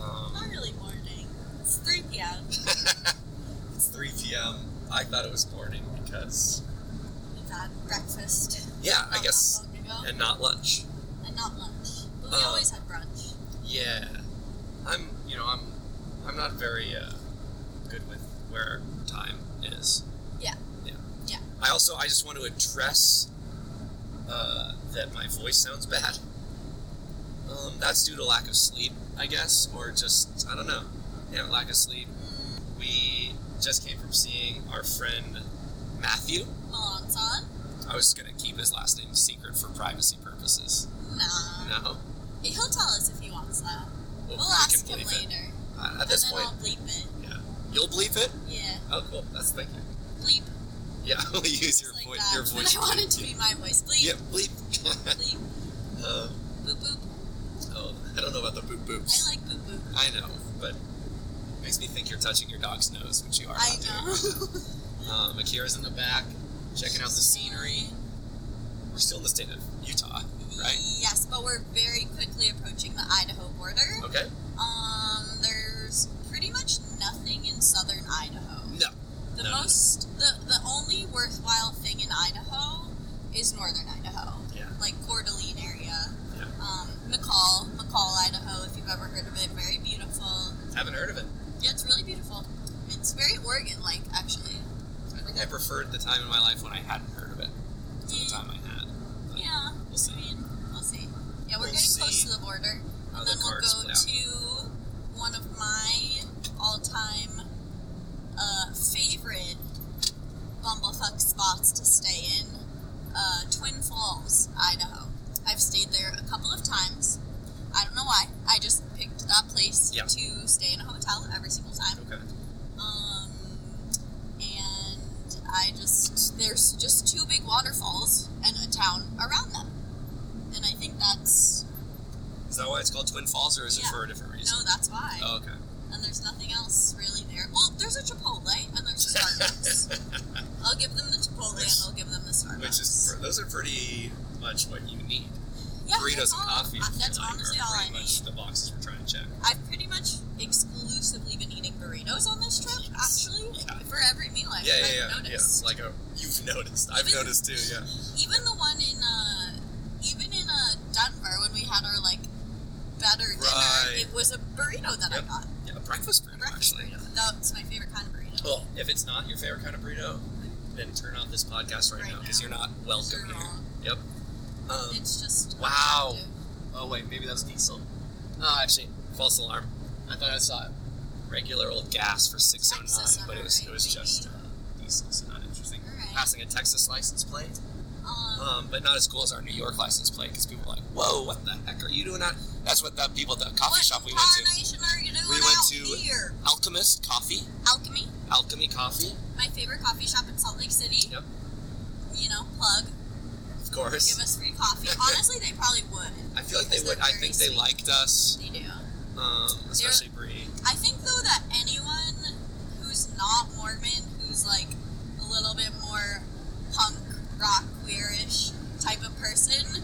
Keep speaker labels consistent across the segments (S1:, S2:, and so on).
S1: Um,
S2: Yeah.
S1: it's 3 p.m. I thought it was morning because,
S2: We've had breakfast.
S1: yeah, I
S2: not
S1: guess,
S2: that long ago,
S1: and not lunch.
S2: and not lunch. But we
S1: Um,
S2: always had brunch.
S1: Yeah, I'm. You know, I'm. I'm not very uh, good with where time is.
S2: Yeah.
S1: Yeah.
S2: Yeah.
S1: I also. I just want to address uh, that my voice sounds bad. Um, that's due to lack of sleep, I guess, or just I don't know. Yeah, lack of sleep.
S2: Hmm.
S1: We just came from seeing our friend Matthew.
S2: Milan's on.
S1: I was gonna keep his last name secret for privacy purposes.
S2: Nah.
S1: No,
S2: He'll tell us if he wants that.
S1: well,
S2: We'll
S1: you
S2: ask him
S1: bleep it.
S2: later.
S1: Uh, at
S2: and
S1: this
S2: then
S1: point,
S2: I'll bleep it.
S1: yeah, you'll bleep it.
S2: Yeah.
S1: Oh, cool. That's thank you.
S2: Bleep.
S1: Yeah, we'll use
S2: just
S1: your,
S2: like
S1: vo-
S2: that.
S1: your
S2: But
S1: voice.
S2: I want it to be my voice. Bleep.
S1: Yeah, bleep.
S2: Bleep.
S1: uh,
S2: Boop boop.
S1: oh, I don't know about the boop boops.
S2: I like boop boop.
S1: I know, but it makes me think you're touching your dog's nose, which you are.
S2: I
S1: not doing.
S2: know.
S1: Um, Akira's in the back, checking out the scenery. We're still in the state of Utah, right?
S2: Yes, but we're very quickly approaching the Idaho border.
S1: Okay.
S2: Um, there's pretty much nothing in southern Idaho.
S1: No.
S2: The
S1: No.
S2: most, the the only worthwhile thing in Idaho is northern Idaho,
S1: Yeah.
S2: like Coeur d'Alene area.
S1: Yeah.
S2: Um, McCall, McCall, Idaho. If you've ever heard of it, very beautiful.
S1: Haven't heard of it.
S2: Yeah, it's really beautiful. It's very Oregon-like, actually.
S1: I think I preferred the time in my life when I hadn't heard of it to the
S2: Yeah.
S1: time I had. But
S2: Yeah,
S1: We'll see.
S2: I mean, we'll see. Yeah, we're
S1: We'll
S2: getting close
S1: see
S2: to the border,
S1: how
S2: and
S1: the
S2: then we'll
S1: cards
S2: go
S1: play out.
S2: to one of my all-time uh, favorite bumblefuck spots to stay in, uh, Twin Falls, Idaho. I've stayed there a couple of times. I don't know why. I just picked that place
S1: Yeah.
S2: to stay in a hotel every single time.
S1: Okay.
S2: Um, and I just there's just two big waterfalls and a town around them, and I think that's
S1: Is that why it's called Twin Falls, or is it
S2: Yeah.
S1: for a different reason?
S2: no, that's why.
S1: Oh, okay.
S2: And there's nothing else really there. Well, there's a Chipotle and there's a Starbucks. I'll give them the Chipotle
S1: Which-
S2: and I'll give them the Starbucks.
S1: Which is those are pretty much what you need.
S2: yeah,
S1: Burritos
S2: that's
S1: and
S2: all-
S1: coffee.
S2: uh, That's
S1: like, are
S2: honestly all I
S1: pretty
S2: need.
S1: much the boxes we're trying to check.
S2: I've pretty much exclusively been eating burritos on this trip,
S1: Yes.
S2: actually,
S1: Yeah.
S2: for every meal I've,
S1: yeah, yeah,
S2: I've
S1: yeah, yeah.
S2: noticed.
S1: Like a you've noticed. I've
S2: Even-
S1: noticed too. Yeah.
S2: even the one in uh even in uh Denver when we had our like better dinner,
S1: Right.
S2: it was a burrito that
S1: Yep.
S2: I got.
S1: Yeah, breakfast burrito
S2: Breakfast
S1: actually.
S2: burrito. That's my favorite kind of burrito.
S1: Well, if it's not your favorite kind of burrito, then turn off this podcast right,
S2: Right
S1: now because
S2: now.
S1: you're not welcome
S2: You're
S1: here.
S2: wrong.
S1: Yep. Um,
S2: It's just
S1: wow.
S2: attractive.
S1: oh wait, maybe that was diesel. Oh, actually, false alarm. I thought I saw regular old gas for six oh
S2: Texas,
S1: nine,
S2: am
S1: but
S2: I
S1: it was it
S2: right,
S1: was
S2: maybe?
S1: just uh, diesel, so not interesting.
S2: All right.
S1: Passing a Texas license plate.
S2: Um,
S1: um, but not as cool as our New York license plate because people are like, "Whoa, what the heck are you doing out?" That's what that people at the coffee
S2: what
S1: shop we went to,
S2: incarnation are you doing
S1: We went
S2: out
S1: to-
S2: here?
S1: Alchemist Coffee,
S2: Alchemy,
S1: Alchemy Coffee,
S2: my favorite coffee shop in Salt Lake City.
S1: Yep.
S2: You know, plug.
S1: of
S2: Give
S1: course.
S2: us free coffee. Honestly, they probably would.
S1: I feel like they
S2: They're
S1: would. I
S2: very
S1: think they
S2: sweet.
S1: liked us,
S2: They do.
S1: um, especially Bree.
S2: I think though that anyone who's not Mormon, who's like a little bit more punk rock queerish type of person,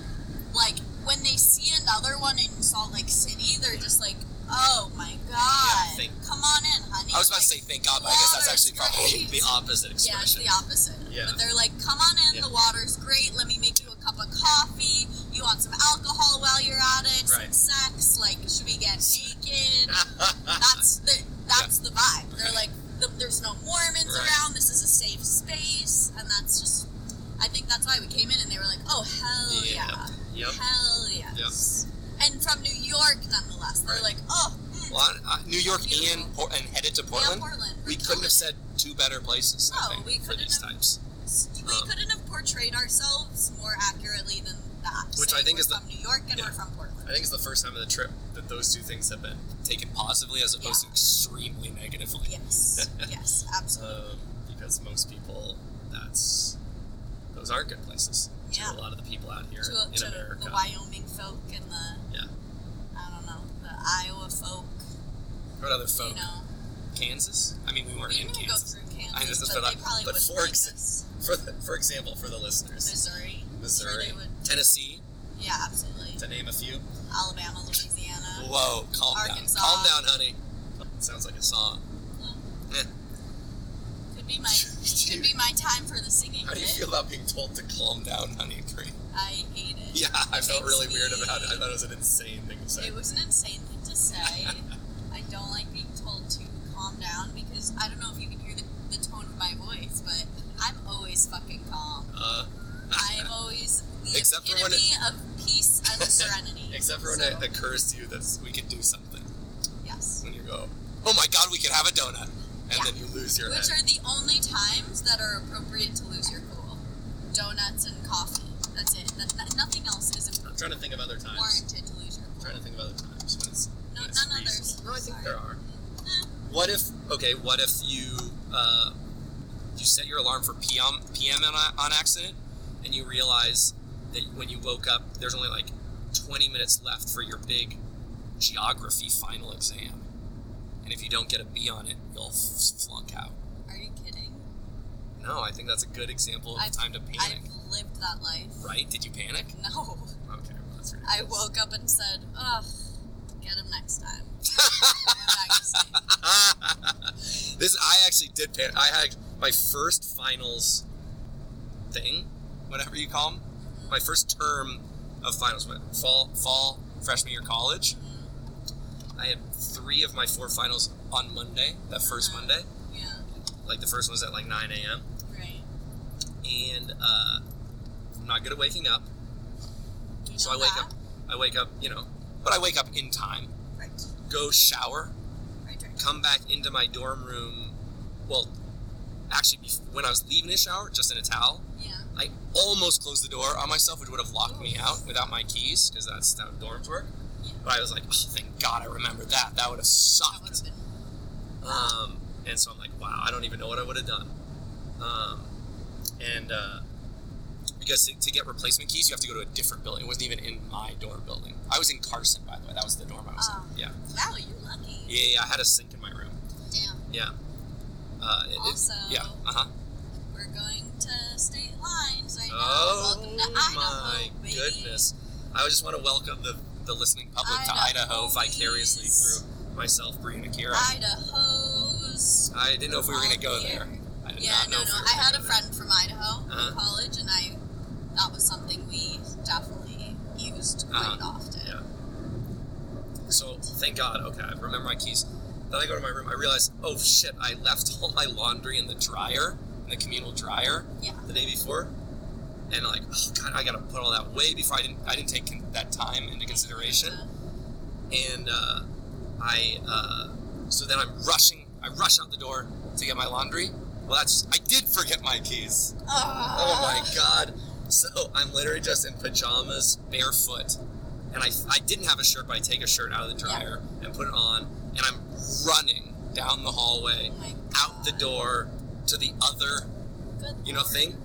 S2: like when they see another one in Salt Lake City, they're just like, "Oh my god,
S1: think-
S2: come on in, honey."
S1: I was about to say
S2: Like,
S1: thank God, but I guess that's
S2: water's
S1: actually probably
S2: great.
S1: the opposite
S2: yeah, it's
S1: expression.
S2: the opposite.
S1: Yeah.
S2: But they're like, "Come on in,
S1: Yeah.
S2: the water's great. Let me make you a cup of coffee. You want some alcohol while you're at it?
S1: Right.
S2: Some sex? Like, should we get naked?" that's the that's the vibe. They're like, the, there's no Mormons
S1: Right.
S2: around. This is a safe space, and that's just. I think that's why we came in, and they were like, oh hell
S1: Yeah.
S2: yeah,
S1: yep.
S2: hell yes, and from New York nonetheless. They're
S1: Right.
S2: like, oh, mm,
S1: Well, I- I- Uh, New York
S2: Beautiful.
S1: and, Por- and headed to
S2: yeah,
S1: Portland.
S2: Portland. We're
S1: we couldn't
S2: killing
S1: have said two better places. I
S2: No,
S1: think,
S2: we
S1: for
S2: couldn't
S1: these
S2: have-
S1: types.
S2: it. we
S1: um,
S2: couldn't have portrayed ourselves more accurately than that.
S1: Which I think
S2: saying we're
S1: is the-
S2: from New York and
S1: yeah.
S2: we're from Portland.
S1: I think it's the first time of the trip that those two things have been taken positively as opposed to extremely negatively.
S2: Yes, yes, absolutely.
S1: Um, because most people, that's those aren't good places
S2: Yeah.
S1: to a lot of the people out here
S2: to
S1: in
S2: to
S1: America.
S2: the Wyoming folk and the
S1: Yeah.
S2: I don't know the Iowa folk.
S1: What other folk?
S2: You know.
S1: Kansas? I mean, we weren't
S2: We
S1: in
S2: didn't even go
S1: Kansas.
S2: through
S1: I know,
S2: Kansas,
S1: that's
S2: but
S1: what
S2: they
S1: I-
S2: probably
S1: but
S2: would
S1: for
S2: like
S1: ex-
S2: us.
S1: For, the, for example, for the listeners,
S2: Missouri.
S1: Missouri,
S2: Sure they would.
S1: Tennessee,
S2: Yeah, absolutely.
S1: to name a few.
S2: Alabama, Louisiana.
S1: Whoa, calm
S2: Arkansas.
S1: down. Calm down, honey. Sounds like a song.
S2: Uh, my time for the singing.
S1: How do you
S2: bit.
S1: feel about being told to calm down, honey? Pretty.
S2: I hate it.
S1: Yeah, I felt
S2: Makes
S1: really weird
S2: me-
S1: about it. I thought it was an insane thing to say.
S2: It was an insane thing to say. I don't like being told to calm down because I don't know if you can hear the, the tone of my voice, but I'm always fucking calm.
S1: Uh,
S2: I'm always the
S1: Except for when
S2: epitome of peace and serenity.
S1: except for when
S2: so,
S1: it occurs to you that we could do something.
S2: yes.
S1: When you go, oh my god, we could have a donut, and
S2: Yeah.
S1: then you lose your head.
S2: Which are the only times that are appropriate to lose your cool? Donuts and coffee. That's it. That, that- nothing else is
S1: I'm trying to think of other times.
S2: warranted to lose your
S1: I'm
S2: cool.
S1: trying to think of other times when it's
S2: No,
S1: when it's
S2: none others.
S1: reasonable. No, I think
S2: Sorry.
S1: there are.
S2: Eh,
S1: What if okay? What if you uh, you set your alarm for PM PM on, on accident, and you realize that when you woke up, there's only like 20 minutes left for your big geography final exam, and if you don't get a B on it, you'll f- flunk out.
S2: Are you kidding?
S1: No, I think that's a good example of
S2: I've-
S1: time to panic.
S2: I've lived that life.
S1: Right? Did you panic?
S2: No.
S1: Okay, well that's ridiculous.
S2: I woke up and said, ugh, get him next time. I'm not gonna say.
S1: this I actually did pan. I had my first finals thing, whatever you call them, my first term of finals, my fall fall freshman year college. I had three of my four finals on Monday, that 1st
S2: Uh-huh.
S1: Monday.
S2: yeah,
S1: Like the first one was at like 9 a.m.
S2: right.
S1: and uh, I'm not good at waking up.
S2: You
S1: So
S2: know
S1: I wake
S2: that?
S1: up. I wake up, you know, but I wake up in time.
S2: Right,
S1: Go shower.
S2: right, right.
S1: come back into my dorm room. Well, actually, bef- when I was leaving the shower, just in a towel,
S2: Yeah.
S1: I almost closed the door on myself, which would have locked me out without my keys, because that's how dorms work.
S2: Yeah.
S1: But I was like, oh, thank God I remembered that. That would have
S2: That
S1: sucked.
S2: would have been.
S1: Um, and so I'm like, wow, I don't even know what I would have done. Um, and uh, because to, to get replacement keys, you have to go to a different building. It wasn't even in my dorm building. I was in Carson, by the way. That was the dorm I was
S2: Oh.
S1: in. Yeah.
S2: Wow, you're lucky.
S1: yeah. Yeah, I had a sink in my room.
S2: Damn.
S1: Yeah. Uh, it- it-
S2: Also,
S1: yeah. Uh huh.
S2: we're going to state lines right now.
S1: Oh
S2: Welcome to Idaho,
S1: my
S2: baby.
S1: goodness! I just want to welcome the, the listening public to Idaho
S2: Idahoese.
S1: vicariously through myself, Brian Akira. I,
S2: Idaho's.
S1: didn't know if we were gonna
S2: all
S1: go
S2: here.
S1: there. I did
S2: Yeah,
S1: not know.
S2: no,
S1: if
S2: no.
S1: we were
S2: I
S1: gonna
S2: had
S1: go
S2: a
S1: there.
S2: friend from Idaho
S1: Uh-huh.
S2: in college, and I that was something we definitely used quite
S1: Uh-huh.
S2: often.
S1: Yeah. So thank God. Okay, I remember my keys. Then I go to my room. I realize, oh shit! I left all my laundry in the dryer, in the communal dryer,
S2: Yeah.
S1: the day before, and like, oh god, I gotta put all that away before I didn't. I didn't take con- that time into consideration. and uh, I uh, so then I'm rushing. I rush out the door to get my laundry. Well, that's I did forget my keys.
S2: Uh,
S1: Oh my god! So I'm literally just in pajamas, barefoot, and I I didn't have a shirt, but I take a shirt out of the dryer and put it on, and I'm running down the hallway,
S2: Oh my
S1: out the
S2: God.
S1: door to the other
S2: Good
S1: you know
S2: Lord.
S1: thing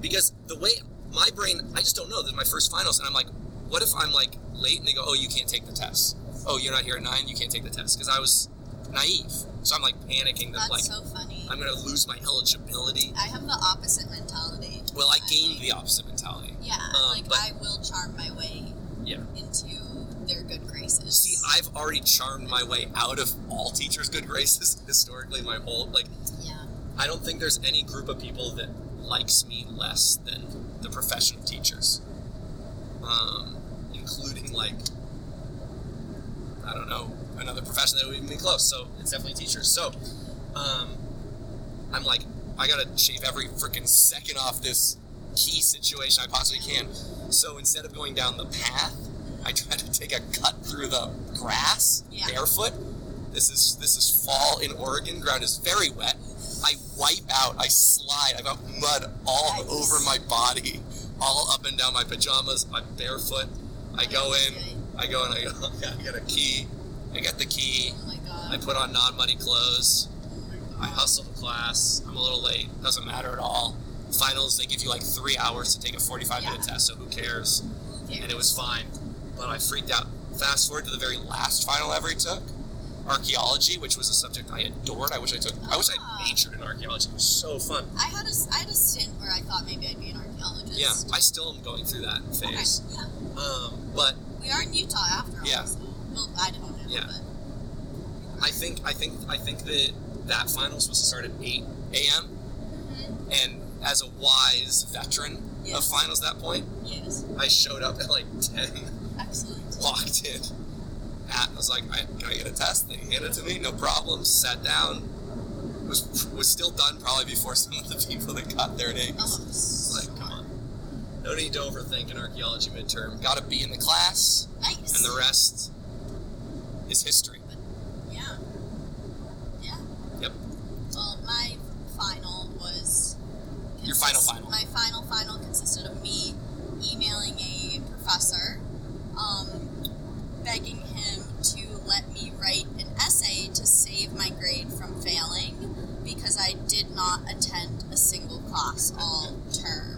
S1: because the way my brain i just don't know this is my first finals and i'm like what if i'm like late and they go oh you can't take the test oh you're not here at nine you can't take the test because i was naive so i'm like panicking that
S2: That's
S1: like
S2: so funny.
S1: i'm gonna lose my eligibility
S2: I have the opposite mentality.
S1: well i gained the opposite mentality
S2: Yeah,
S1: Um,
S2: like
S1: but-
S2: I will charm my way
S1: yeah
S2: into their good graces.
S1: see i've already charmed my way out of all teachers good graces historically my whole like
S2: yeah,
S1: i don't think there's any group of people that likes me less than the profession of teachers um, including like I don't know another profession that would even be close. So it's definitely teachers. So um, I'm like, I gotta shave every freaking second off this key situation I possibly can. So instead of going down the path, I tried to take a cut through the grass
S2: Yeah.
S1: barefoot. This is this is fall in Oregon. Ground is very wet. I wipe out. I slide. I've got mud all
S2: Yikes.
S1: over my body, all up and down my pajamas. I'm barefoot. I go in. I go and I go. "Okay, I got a key. I got the key.
S2: oh my
S1: I
S2: god.
S1: put on non-muddy clothes. I hustle to class. I'm a little late. Doesn't matter at all. Finals, they give you like three hours to take a 45-minute
S2: Yeah.
S1: test, so who cares?
S2: Yeah.
S1: And it was fine, but I freaked out. Fast forward to the very last final I ever took, archaeology, which was a subject I adored. I wish I took. I wish
S2: Ah.
S1: I majored in archaeology. It was so fun.
S2: I had a I had a stint where I thought maybe I'd be an archaeologist.
S1: Yeah, I still am going through that
S2: Okay.
S1: phase.
S2: Yeah.
S1: Um, but
S2: We are in Utah after all.
S1: Yeah.
S2: So, well, I don't know.
S1: Yeah.
S2: But
S1: I think I think I think that that finals was to start at eight a.m.
S2: Mhm.
S1: and as a wise veteran of
S2: Yes.
S1: finals at that point,
S2: Yes.
S1: I showed up at like 10,
S2: Excellent.
S1: walked in. At, I was like, I, can I get a test? They handed it to me, no problem. Sat down, was was still done probably before some of the people that got their names.
S2: Oh,
S1: It's
S2: nice.
S1: Like, come on. No need to overthink an archaeology midterm. Got to be in the class, and the rest is history.
S2: yeah. Yeah.
S1: Yep.
S2: Well, my final was.
S1: Your final final.
S2: My final final consisted of me emailing a professor, um, begging him to let me write an essay to save my grade from failing because I did not attend a single class all term.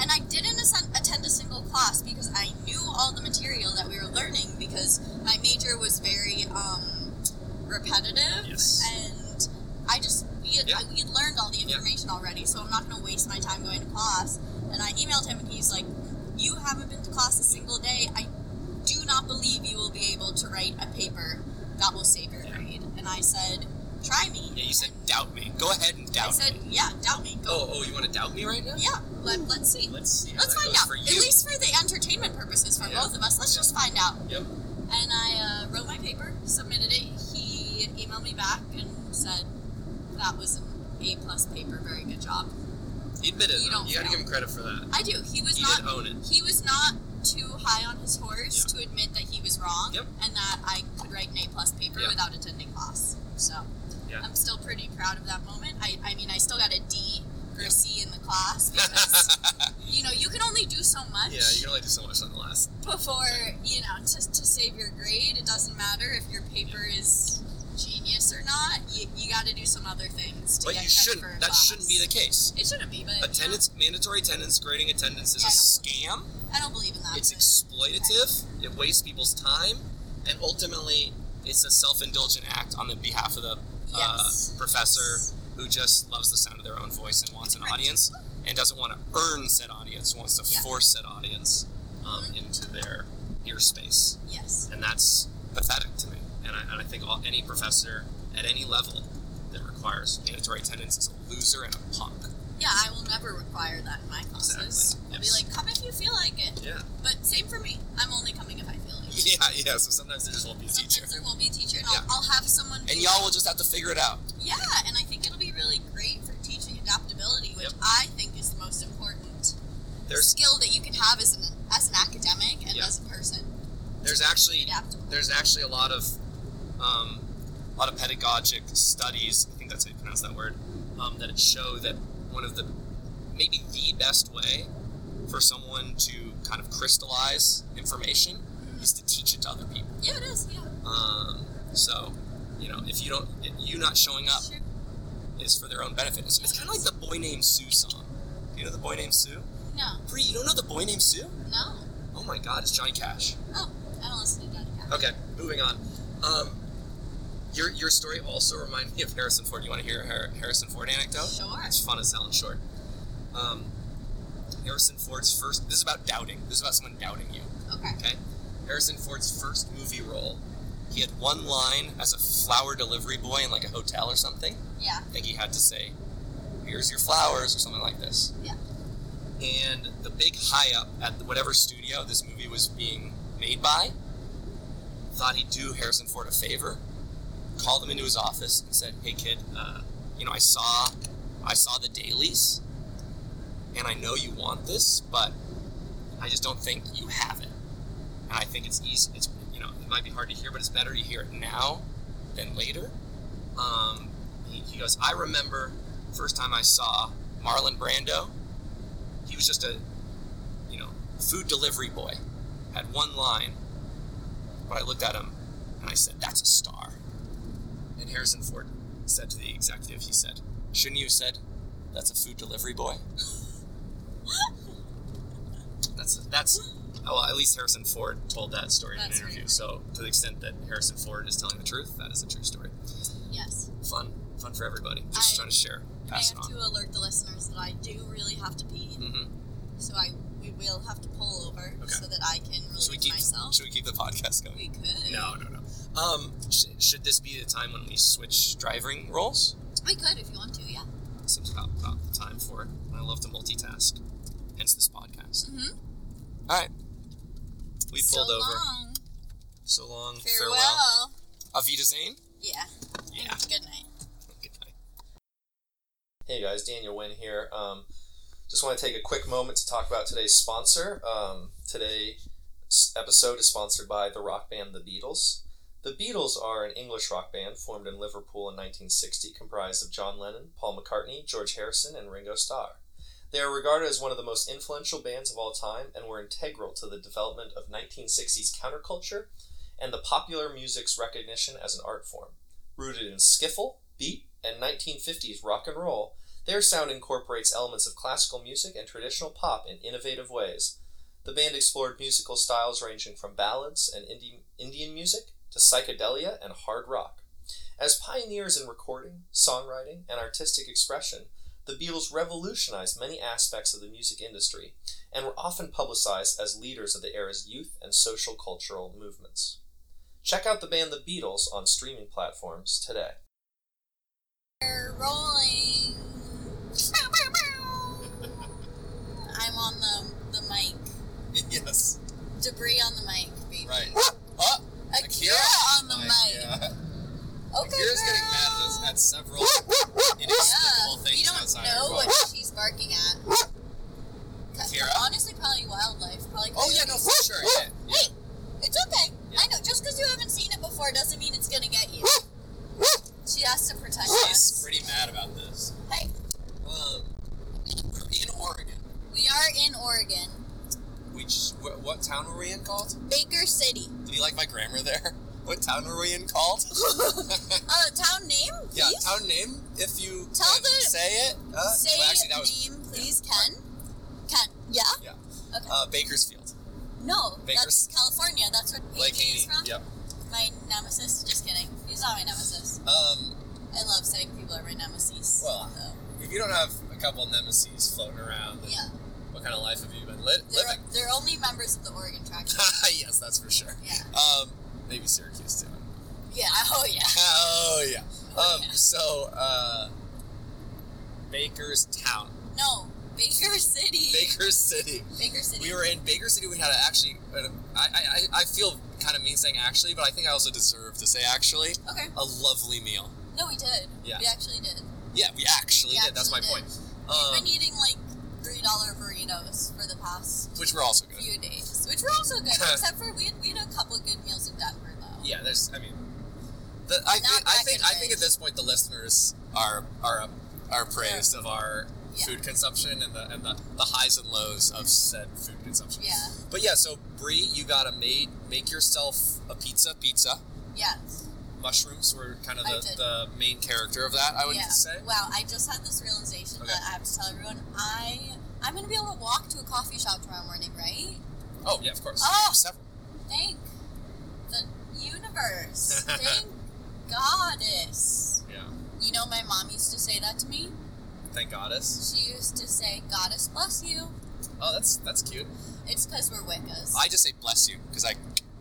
S2: And I didn't assen- attend a single class because I knew all the material that we were learning because my major was very um, repetitive
S1: Yes.
S2: and I just we had,
S1: Yeah.
S2: I- we had learned all the
S1: Yeah.
S2: information already, so I'm not going to waste my time going to class. And I emailed him, and he's like, "You haven't been to class a single day. I do not believe you will be able to write a paper that will save your
S1: Yeah.
S2: grade." And I said, "Try me."
S1: Yeah, you said doubt me. Go ahead and doubt
S2: I said,
S1: me.
S2: "Yeah, doubt me. Go.
S1: Oh, oh, you want to doubt me right now?
S2: Yeah, let, let's see.
S1: Let's see. how
S2: Let's
S1: that
S2: find
S1: goes
S2: out.
S1: For you.
S2: At least for the entertainment purposes for
S1: Yeah.
S2: both of us, let's
S1: Yeah.
S2: just find out."
S1: Yep.
S2: And I uh, wrote my paper, submitted it. He emailed me back and said that was an A plus paper. Very good job.
S1: He admitted.
S2: You
S1: You,
S2: don't
S1: you got to
S2: know.
S1: give him credit for that.
S2: I do. He was
S1: He
S2: not.
S1: did own it.
S2: He was not too high on his horse to admit that he was wrong
S1: Yep.
S2: and that I could write an A plus paper
S1: Yeah.
S2: without attending class. So
S1: Yeah.
S2: I'm still pretty proud of that moment. I, I mean, I still got a D or a C in the class because you know you can only do so much.
S1: yeah, you can only do so much on the last.
S2: before you know to, to save your grade it doesn't matter if your paper is genius or not you, you got to do some other things to
S1: But
S2: get
S1: you
S2: cut
S1: shouldn't.
S2: for a
S1: That
S2: class.
S1: shouldn't be the case.
S2: it shouldn't be but you know,
S1: Attendance, mandatory attendance, grading attendance is
S2: Yeah,
S1: a scam.
S2: i don't believe in that
S1: It's
S2: but-
S1: exploitative. It wastes people's time, and ultimately, it's a self-indulgent act on the behalf of the uh,
S2: Yes.
S1: professor who just loves the sound of their own voice and wants an
S2: Right.
S1: audience and doesn't want to earn said audience, wants to
S2: Yeah.
S1: force said audience um, into their ear space,
S2: yes
S1: and that's pathetic to me. And I, and I think all, any professor at any level that requires mandatory attendance is a loser and a punk.
S2: yeah i will never require that in my classes
S1: Exactly.
S2: i'll
S1: Yes.
S2: be like come if you feel like it
S1: Yeah.
S2: but same for me i'm only coming if i feel like it
S1: Yeah, yeah. So sometimes there just won't be a teacher,
S2: Sometimes there won't be a teacher and
S1: Yeah.
S2: I'll, I'll have someone
S1: and
S2: be
S1: y'all will just have to figure it out.
S2: Yeah, and I think it'll be really great for teaching adaptability, which
S1: Yep.
S2: I think is the most important
S1: There's
S2: skill that you can have as an as an academic and
S1: Yeah.
S2: as a person.
S1: there's actually
S2: Adaptable.
S1: there's actually a lot of um, a lot of pedagogic studies. I think that's how you pronounce that word. Um, that show that one of the maybe the best way for someone to kind of crystallize information is to teach it to other people.
S2: Yeah, it is. Yeah.
S1: Um, so you know if you don't if you not showing up
S2: Sure.
S1: is for their own benefit. It's, it's kind of like the boy named Sue song. You know the boy named Sue.
S2: No,
S1: Pre, you don't know the boy named Sue?
S2: no.
S1: Oh my God, it's Johnny Cash.
S2: Oh, I don't listen to Johnny Cash.
S1: Okay, moving on. Um, your your story also reminded me of Harrison Ford. You want to hear a Har- Harrison Ford anecdote?
S2: Sure.
S1: It's fun as hell and short. Um, Harrison Ford's first. This is about doubting. This is about someone doubting you.
S2: Okay.
S1: Okay. Harrison Ford's first movie role. He had one line as a flower delivery boy in like a hotel or something.
S2: Yeah.
S1: I think he had to say, "Here's your flowers" or something like this.
S2: Yeah.
S1: And the big high up at whatever studio this movie was being made by thought he'd do Harrison Ford a favor, called him into his office and said, "Hey kid, uh, you know I saw, I saw the dailies, and I know you want this, but I just don't think you have it. And I think it's easy. It's you know it might be hard to hear, but it's better to hear it now than later." um, he, he goes, I remember first time I saw Marlon Brando. He was just a, you know, food delivery boy. Had one line, but I looked at him and I said, that's a star. And Harrison Ford said to the executive, he said, shouldn't you have said, that's a food delivery boy? that's, that's, oh, well, at least Harrison Ford told that story in
S2: That's
S1: an interview.
S2: right.
S1: So to the extent that Harrison Ford is telling the truth, that is a true story
S2: Yes.
S1: fun, fun for everybody. Just
S2: I-
S1: trying to share,
S2: I
S1: pass it
S2: have
S1: on.
S2: to alert the listeners that I do really have to pee,
S1: Mm-hmm.
S2: so I we will have to pull over
S1: Okay.
S2: so that I can relieve
S1: Should we keep?
S2: myself.
S1: Should we keep the podcast going?
S2: we could.
S1: No, no, no. Um, sh- should this be the time when we switch driving roles?
S2: We could if you want to. Yeah.
S3: seems about, about the time for it. And I love to multitask, hence this podcast.
S2: Mm-hmm.
S3: All right. We
S2: so
S3: pulled over.
S2: Long.
S3: So long.
S2: Farewell.
S3: Avita Zane?
S2: Yeah.
S3: Yeah.
S2: Good night.
S3: Good night. Hey guys, Daniel Wynn here. Um, just want to take a quick moment to talk about today's sponsor. Um, today's episode is sponsored by the rock band The Beatles. The Beatles are an English rock band formed in Liverpool in 1960, comprised of John Lennon, Paul McCartney, George Harrison, and Ringo Starr. They are regarded as one of the most influential bands of all time and were integral to the development of 1960s counterculture and the popular music's recognition as an art form rooted in skiffle, beat, and 1950s rock and roll, their sound incorporates elements of classical music and traditional pop in innovative ways. The band explored musical styles ranging from ballads and Indi- Indian music to psychedelia and hard rock. As pioneers in recording, songwriting, and artistic expression, the Beatles revolutionized many aspects of the music industry and were often publicized as leaders of the era's youth and social cultural movements. Check out the band The Beatles on streaming platforms today.
S2: We're rolling. I'm on the the mic.
S1: Yes.
S2: Debris on the mic, baby.
S1: Right. Oh,
S2: Akira on the mic. Okay,
S1: Akira's
S2: girl.
S1: getting mad at us at several
S2: yeah.
S1: inexplicable things
S2: You don't
S1: outside
S2: know
S1: our
S2: what
S1: box.
S2: she's barking at. Cause
S1: Akira?
S2: Honestly, probably wildlife. Probably.
S1: Oh yeah, no,
S2: coyotes.
S1: for sure. Yeah. yeah.
S2: Hey, it's okay.
S1: Yeah.
S2: I know. Just because you haven't seen it before doesn't mean it's gonna get you. She has to protect
S1: She's
S2: us.
S1: pretty mad about this.
S2: Hey,
S1: Um, in Oregon,
S2: we are in Oregon,
S1: which what, what town were we in called?
S2: Baker City.
S1: Did you like my grammar there? What town were we in called?
S2: Uh, town name?
S1: yeah,
S2: please?
S1: town name. If you
S2: Tell
S1: can
S2: the-
S1: say it. Uh,
S2: Say
S1: well, actually, that was
S2: name, please, Ken. Ken. Yeah.
S1: yeah.
S2: Okay.
S1: Uh, Bakersfield,
S2: no,
S1: Baker-
S2: that's California. That's where
S1: Lake
S2: Haney is
S1: Haney.
S2: from.
S1: Yep.
S2: My nemesis. Just kidding. He's not my nemesis.
S1: Um,
S2: I love saying people are my nemesis.
S1: Well, uh,
S2: though.
S1: if you don't have a couple nemesis floating around, then
S2: yeah,
S1: what kind of life have you been li-
S2: they're,
S1: living?
S2: they're only members of the Oregon Traction.
S1: yes, that's for sure.
S2: yeah.
S1: Um, maybe Syracuse too.
S2: Yeah. Oh yeah.
S1: Oh yeah.
S2: Oh,
S1: Um,
S2: yeah.
S1: so uh, Baker's Town,
S2: No, Baker City.
S1: Baker City.
S2: Baker City.
S1: We were in Baker City. We had a, actually. uh, I, I I- I feel kind of mean saying actually, but I think I also deserve to say actually.
S2: okay.
S1: A lovely meal.
S2: No, we did.
S1: Yeah.
S2: We actually did.
S1: Yeah, we actually
S2: We
S1: did. That's my
S2: actually
S1: point.
S2: We've
S1: Um,
S2: been eating like three dollar burritos for the past
S1: which were also good.
S2: few days, which were also good. except for we had, we had a couple of good meals in Denver though.
S1: Yeah, there's. I mean, the, I,
S2: Not
S1: think, I think I think
S2: recognized.
S1: at this point the listeners are are are praised of our
S2: Yeah.
S1: food consumption and the and the, the highs and lows of said food consumption.
S2: Yeah.
S1: But yeah, so Brie, you gotta made make yourself a pizza. Pizza
S2: Yeah.
S1: mushrooms were kind of
S2: I
S1: the,
S2: did.
S1: the main character of that. I would
S2: yeah.
S1: say.
S2: Wow, I just had this realization
S1: Okay.
S2: that I have to tell everyone. I I'm gonna be able to walk to a coffee shop tomorrow morning, right?
S1: Oh yeah, of course.
S2: Oh!
S1: Several.
S2: Thank the universe. Thank goddess.
S1: Yeah.
S2: You know, my mom used to say that to me.
S1: Thank goddess.
S2: She used to say, "Goddess bless you."
S1: Oh, that's that's cute.
S2: It's because we're Wiccas.
S1: I just say bless you because I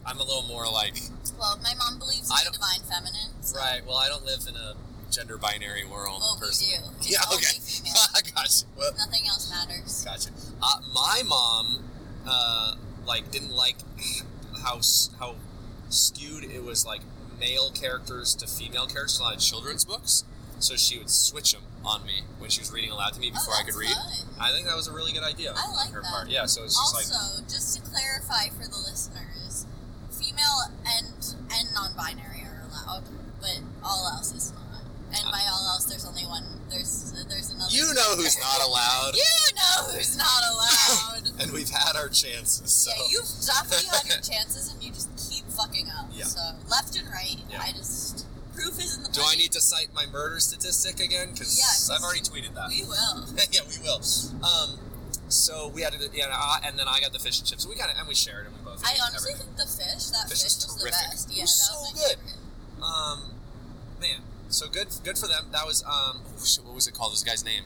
S1: I'm a little more like
S2: well, my mom believes in
S1: I
S2: the
S1: don't-
S2: divine feminine. So
S1: right. Well, I don't live in a gender binary world.
S2: Well, we
S1: personally.
S2: do. It's
S1: Yeah.
S2: only
S1: Okay.
S2: female.
S1: gotcha. Well,
S2: Nothing else matters.
S1: gotcha. Uh, my mom, uh, like, didn't like how s- how skewed it was, like male characters to female characters in a lot of children's books. So she would switch them on me when she was reading aloud to me before I could
S2: Oh, that's
S1: read.
S2: fun.
S1: I think that was a really good idea.
S2: I
S1: on
S2: like
S1: her
S2: that.
S1: part. Yeah. So it's just like
S2: Also, just to clarify for the listeners, female and and non-binary are allowed, but all else is not. And by all else, there's only one. There's there's another.
S1: you know who's
S2: gender.
S1: not allowed,
S2: You know who's not allowed.
S1: and we've had our chances. So
S2: Yeah, you've definitely had your chances, and you just keep fucking up.
S1: Yeah.
S2: So left and right,
S1: Yeah.
S2: I just proof is in the.
S1: do I need to cite my murder statistic again? Because
S2: Yeah, 'cause
S1: I've already tweeted that.
S2: We will.
S1: yeah, we will. Um, so we had to, yeah, and I- and then I got the fish and chips. We kind of and we shared and we both.
S2: I
S1: ate
S2: honestly
S1: everything.
S2: think the fish, that
S1: Fish
S2: fish,
S1: was
S2: was, the
S1: terrific.
S2: best.
S1: It
S2: Yeah,
S1: was
S2: that was
S1: so
S2: my
S1: good.
S2: favorite.
S1: Um, man, so good, good for them. That was um, oh, shit, what was it called? This guy's name,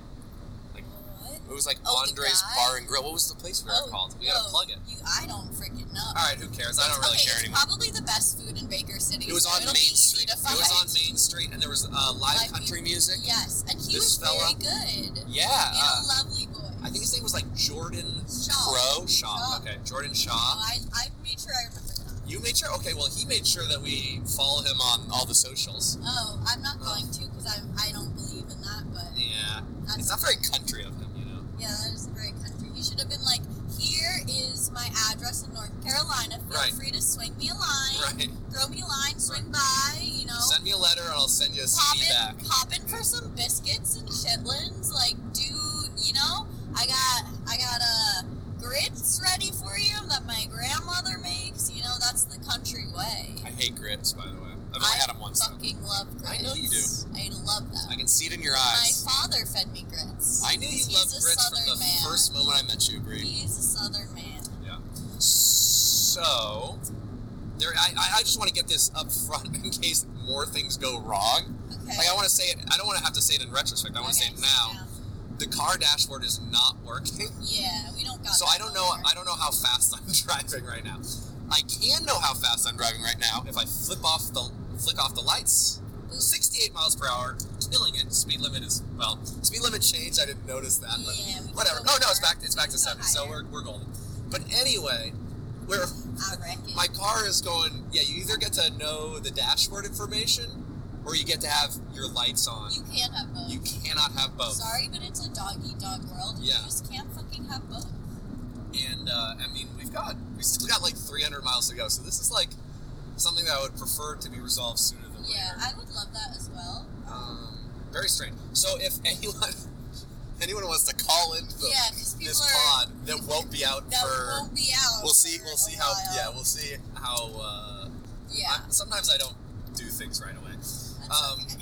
S2: What?
S1: It was like
S2: Oh, the
S1: Andre's
S2: guy?
S1: Bar and Grill. What was the place we were
S2: Oh,
S1: called? We
S2: no,
S1: gotta plug it.
S2: You, I don't freaking know.
S1: All right, who cares? I don't really
S2: okay,
S1: care
S2: it's
S1: anymore.
S2: probably the best food in Baker City.
S1: It was
S2: so
S1: on
S2: it'll
S1: Main
S2: be easy
S1: Street.
S2: To
S1: It
S2: find.
S1: was on Main Street, and there was uh, live
S2: Live
S1: country music.
S2: Yes, and he
S1: This
S2: was
S1: fella.
S2: very good.
S1: Yeah.
S2: And
S1: uh,
S2: a lovely boy.
S1: I think his name was like Jordan
S2: Shaw.
S1: Crow. Shaw.
S2: Shaw.
S1: Okay, Jordan
S2: Oh,
S1: Shaw.
S2: I, I made sure I remember that.
S1: You made sure. Okay, well, he made sure that we follow him on all the socials.
S2: Oh, I'm not going to because I I don't believe in that. But
S1: Yeah,
S2: that's
S1: Uh, it's not very country of him, you know.
S2: yeah, that is very country. He should have been like, here is my address in North Carolina. Feel
S1: Right.
S2: free to swing me a line,
S1: Right.
S2: throw me a line, swing by. You know,
S1: Send me a letter, and I'll send you a
S2: pop
S1: CD
S2: in,
S1: back.
S2: pop in for some biscuits and chitlins. Like, do you know? I got I got uh, grits ready for you that my grandmother makes. You know, that's the country way.
S1: I hate grits, by the way. I've only
S2: I
S1: had them once. though.
S2: Fucking love grits.
S1: I know you do.
S2: I love them.
S1: I can see it in your
S2: my
S1: eyes.
S2: father fed me grits.
S1: I knew you
S2: He's
S1: loved
S2: a
S1: grits from
S2: Southern
S1: the
S2: man.
S1: first moment I met you, Bree.
S2: He's a southern man.
S1: Yeah. So, there. I, I I just want to get this up front in case more things go wrong.
S2: Okay.
S1: Like I want to say it. I don't want to have to say it in retrospect. I want to say
S2: Okay,
S1: it
S2: sit
S1: now.
S2: down.
S1: The car dashboard is not working,
S2: Yeah, we don't got.
S1: so
S2: that
S1: I don't know.
S2: over.
S1: I don't know how fast I'm driving right now. I can know how fast I'm driving right now if I flip off the flick off the lights.
S2: Boop.
S1: 68 miles per hour, killing it. Speed limit is well. Speed limit changed. I didn't notice that, but
S2: Yeah, we can
S1: whatever.
S2: go
S1: Oh no, it's
S2: lower.
S1: back. It's back to
S2: We
S1: seven.
S2: can go
S1: So
S2: higher.
S1: we're we're golden. But anyway, we're
S2: I reckon.
S1: my car is going. Yeah, you either get to know the dashboard information, or you get to have your lights on.
S2: you can have both.
S1: You cannot have both.
S2: Sorry, but it's a dog eat dog world. and
S1: Yeah.
S2: You just can't fucking have both.
S1: And uh, I mean, we've got we still got like 300 miles to go. So this is like something that I would prefer to be resolved sooner than
S2: Yeah,
S1: later.
S2: I would love that as well.
S1: Um, very strange. So if anyone anyone wants to call into the,
S2: Yeah, 'cause people
S1: this
S2: are-
S1: pod that won't be out
S2: That
S1: for
S2: won't be out.
S1: we'll see
S2: for
S1: we'll
S2: a
S1: see how
S2: while.
S1: yeah we'll see how uh,
S2: Yeah.
S1: I- sometimes I don't do things right away.
S2: that's
S1: um,
S2: okay.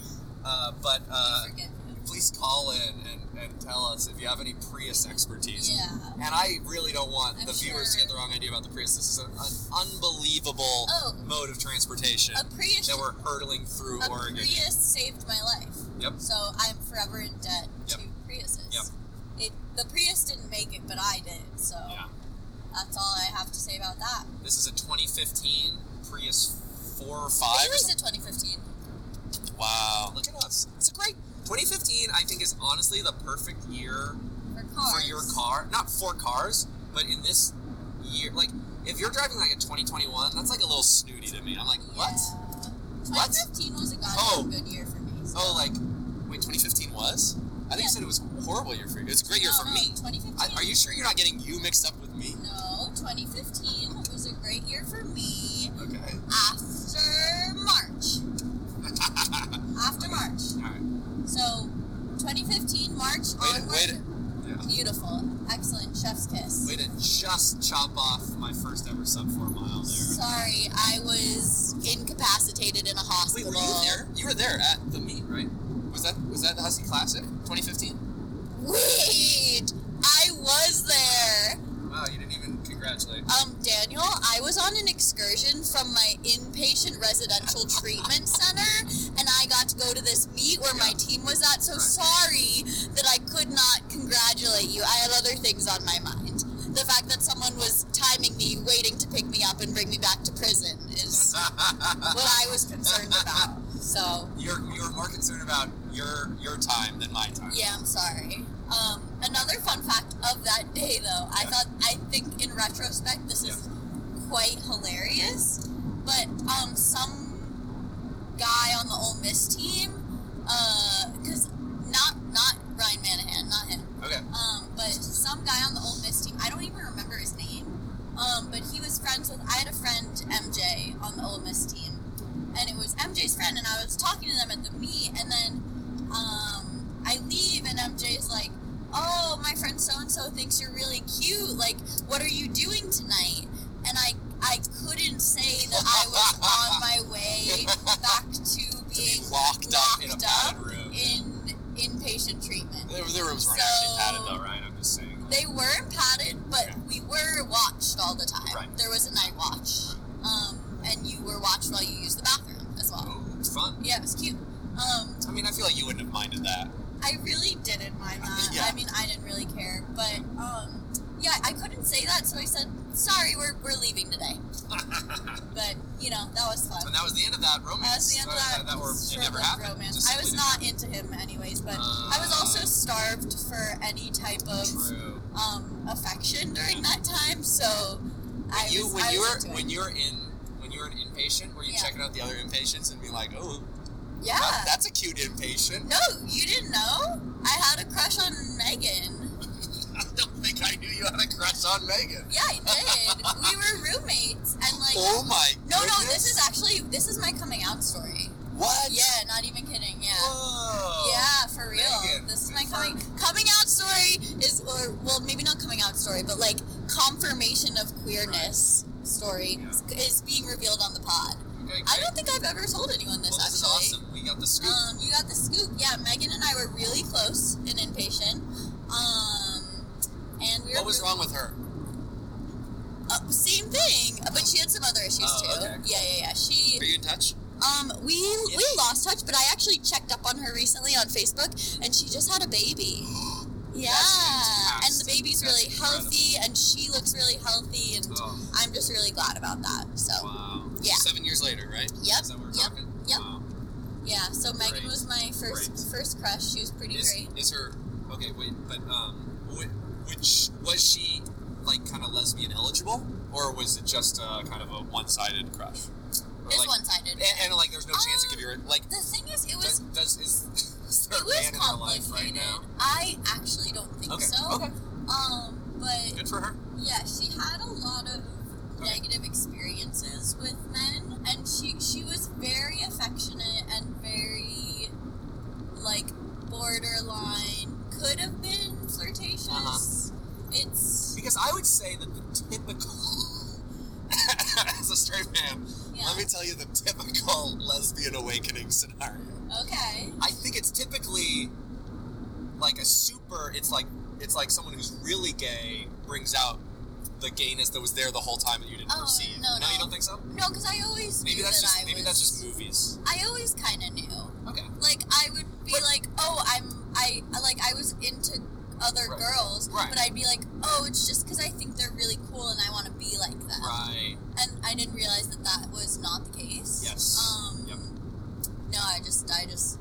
S1: Uh, but uh,
S2: I forget.
S1: please call in and, and tell us if you have any Prius expertise.
S2: Yeah.
S1: And I really don't want
S2: I'm
S1: the viewers to
S2: sure-
S1: get the wrong idea about the Prius. This is an, an unbelievable
S2: Oh.
S1: mode of transportation
S2: A Prius.
S1: that we're hurtling through
S2: a
S1: Oregon.
S2: Prius saved my life.
S1: Yep.
S2: So I'm forever in debt
S1: Yep.
S2: to Priuses.
S1: Yep.
S2: It, the Prius didn't make it, but I did. So
S1: Yeah.
S2: that's all I have to say about that.
S1: This is a 2015 Prius 4 or 5.
S2: I
S1: or
S2: it was
S1: something.
S2: a 2015.
S1: wow. Look at us. It's a great 2015. I think is honestly the perfect year
S2: For cars.
S1: for your car. Not for cars, but in this year, like if you're driving like a 2021, that's like a little snooty to me. I'm like,
S2: Yeah.
S1: what?
S2: 2015 was a goddamn
S1: Oh.
S2: good year for me. So.
S1: Oh, like wait, 2015 was? I think you
S2: Yeah.
S1: said it was a horrible year for you. It's a great year
S2: No,
S1: for
S2: no,
S1: me.
S2: 2015.
S1: I, are you sure you're not getting you mixed up with me?
S2: No, 2015 was a great year for me.
S1: Okay.
S2: After March. After March.
S1: All right.
S2: So, 2015 March
S1: Wait,
S2: onward.
S1: wait. Yeah.
S2: Beautiful, excellent, chef's kiss.
S1: Way to just chop off my first ever sub four mile there.
S2: Sorry, I was incapacitated in a
S1: Wait,
S2: hospital.
S1: were you there? You were there at the meet, right? Was that was that the Husky Classic 2015?
S2: Wait, I was there.
S1: Wow, you didn't even congratulate.
S2: Um, Daniel, I was on an excursion from my inpatient residential treatment center, and I got to go to this meet where my
S1: Yeah.
S2: team was at. So
S1: Right.
S2: sorry that I could not congratulate you. I had other things on my mind. The fact that someone was timing me, waiting to pick me up and bring me back to prison, is what I was concerned about. So
S1: You're you're more concerned about your your time than my time.
S2: Yeah, I'm sorry. Um, another fun fact of that day, though, I
S1: Yeah.
S2: thought I think in retrospect this is quite hilarious. But um, some guy on the Ole Miss team, because not not Ryan Manahan, not him.
S1: Okay.
S2: Um, but some guy on the Ole Miss team, I don't even remember his name. Um, but he was friends with, I had a friend, MJ, on the Ole Miss team. And it was MJ's friend, and I was talking to them at the meet, and then um, I leave, and MJ's like, Oh, my friend so and so thinks you're really cute. Like, what are you doing tonight? And I, I couldn't say that I was on my way back to being
S1: Locked, up in a
S2: locked
S1: padded
S2: up
S1: room.
S2: in inpatient treatment.
S1: The, the rooms weren't
S2: So-
S1: actually padded though, right? I'm just saying.
S2: They were padded, but
S1: Okay.
S2: we were watched all the time.
S1: Right.
S2: There was a night watch, um, and you were watched while you used the bathroom as well.
S1: Oh, it's fun.
S2: Yeah, it was cute. Um,
S1: I mean, I feel like you wouldn't have minded that.
S2: I really didn't mind that.
S1: Yeah.
S2: I mean, I didn't really care, but um, yeah, I couldn't say that, so I said, "Sorry, we're, we're leaving today."
S1: and
S2: But you know, that was fun.
S1: that was the end of that
S2: That
S1: romance.
S2: was the end of that,
S1: that, were, it never
S2: short-lived
S1: happened.
S2: romance.
S1: Just
S2: I was
S1: completely Uh,
S2: not into him, anyways. But I was also starved for any type of
S1: True.
S2: um, affection during that time, so I
S1: you
S2: was,
S1: when
S2: I
S1: you
S2: was
S1: were
S2: into
S1: when
S2: it.
S1: you were in when you were an inpatient, were you
S2: Yeah.
S1: checking out the other inpatients and being like, oh,
S2: yeah.
S1: that- that's a cute inpatient.
S2: No, you didn't know. I had a crush on Megan.
S1: I don't think I knew you had a crush on Megan.
S2: Yeah, I did. we were roommates, and like,
S1: oh my
S2: no,
S1: goodness.
S2: no, this is actually this is my coming out story.
S1: what?
S2: Yeah, not even kidding. Yeah.
S1: Whoa.
S2: Yeah, for real.
S1: Megan,
S2: This is my
S1: confirm.
S2: coming coming out story is or well maybe not coming out story, but like confirmation of queerness story
S1: Yeah.
S2: is being revealed on the pod.
S1: Okay, great.
S2: I don't think I've ever told anyone this
S1: well, this is
S2: actually.
S1: awesome. We got the scoop.
S2: Um, you got the scoop. Yeah, Megan and I were really close in inpatient. Um, and we were
S1: what was wrong with her?
S2: uh, same thing, but she had some other issues
S1: Oh,
S2: too.
S1: okay, cool.
S2: Yeah, yeah, yeah. She
S1: Are you in touch?
S2: um we we lost touch, but I actually checked up on her recently on Facebook, and she just had a baby.
S1: Oh,
S2: Yeah, and the
S1: fantastic.
S2: baby's
S1: That's
S2: really healthy, and she looks really healthy, and
S1: Oh,
S2: I'm just really glad about that. So
S1: wow.
S2: Yeah.
S1: Seven years later, right?
S2: Yep,
S1: Is that what we're
S2: yep,
S1: talking?
S2: yep.
S1: Wow.
S2: yeah, so Megan
S1: Great.
S2: was my first
S1: Great.
S2: first crush. She was pretty
S1: Is,
S2: great.
S1: is her okay? Wait, but um, wh- which was she like kind of lesbian eligible, or was it just uh, kind of a one-sided crush? Or,
S2: It's
S1: like,
S2: one sided.
S1: And, and like, there's no chance it could be re- like.
S2: The thing is, it was
S1: Does, does is, is there
S2: It
S1: a
S2: was
S1: man in her life right
S2: complicated.
S1: now?
S2: I actually don't think
S1: Okay.
S2: so.
S1: Okay.
S2: Um, but
S1: Good for her.
S2: yeah, she had a lot of
S1: Okay.
S2: negative experiences with men, and she she was very affectionate and very like borderline could have been flirtatious.
S1: Uh-huh.
S2: It's
S1: Because I would say that the typical, as a straight man,
S2: yeah
S1: let me tell you the typical lesbian awakening scenario.
S2: okay.
S1: I think it's typically like a super. It's like it's like someone who's really gay brings out the gayness that was there the whole time that you didn't
S2: Oh,
S1: perceive.
S2: no, no.
S1: you don't think so?
S2: No, because I always
S1: Maybe
S2: knew
S1: that's
S2: that
S1: just
S2: I
S1: maybe
S2: was,
S1: that's just movies.
S2: I always kind of knew.
S1: Okay.
S2: like I would be like, oh, I'm I like I was into other
S1: Right.
S2: girls,
S1: Right.
S2: but I'd be like, oh, it's just because I think they're really cool and I want to be like them.
S1: Right.
S2: And I didn't realize that that was not the case.
S1: Yes.
S2: Um.
S1: Yep.
S2: No, I just I just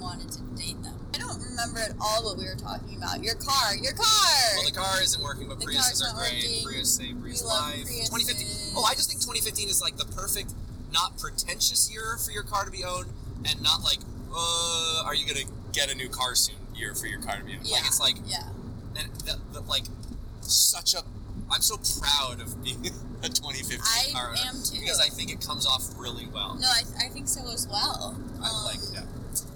S2: wanted to date them. I don't remember at all what we were talking about. Your car, your car.
S1: Well, the car isn't working, but
S2: The car's
S1: Priuses are
S2: not
S1: great.
S2: working.
S1: Prius save Prius
S2: We love
S1: life.
S2: Priuses.
S1: 2015. Oh, I just think 2015 is like the perfect, not pretentious year for your car to be owned, and not like, uh, are you gonna get a new car soon? Year for your car to be owned.
S2: yeah.
S1: Like it's like,
S2: yeah.
S1: and the, the, like, such a. I'm so proud of being a 2015
S2: I
S1: car owner
S2: am too.
S1: because I think it comes off really well.
S2: no, I, I think so as well.
S1: I
S2: um,
S1: like yeah.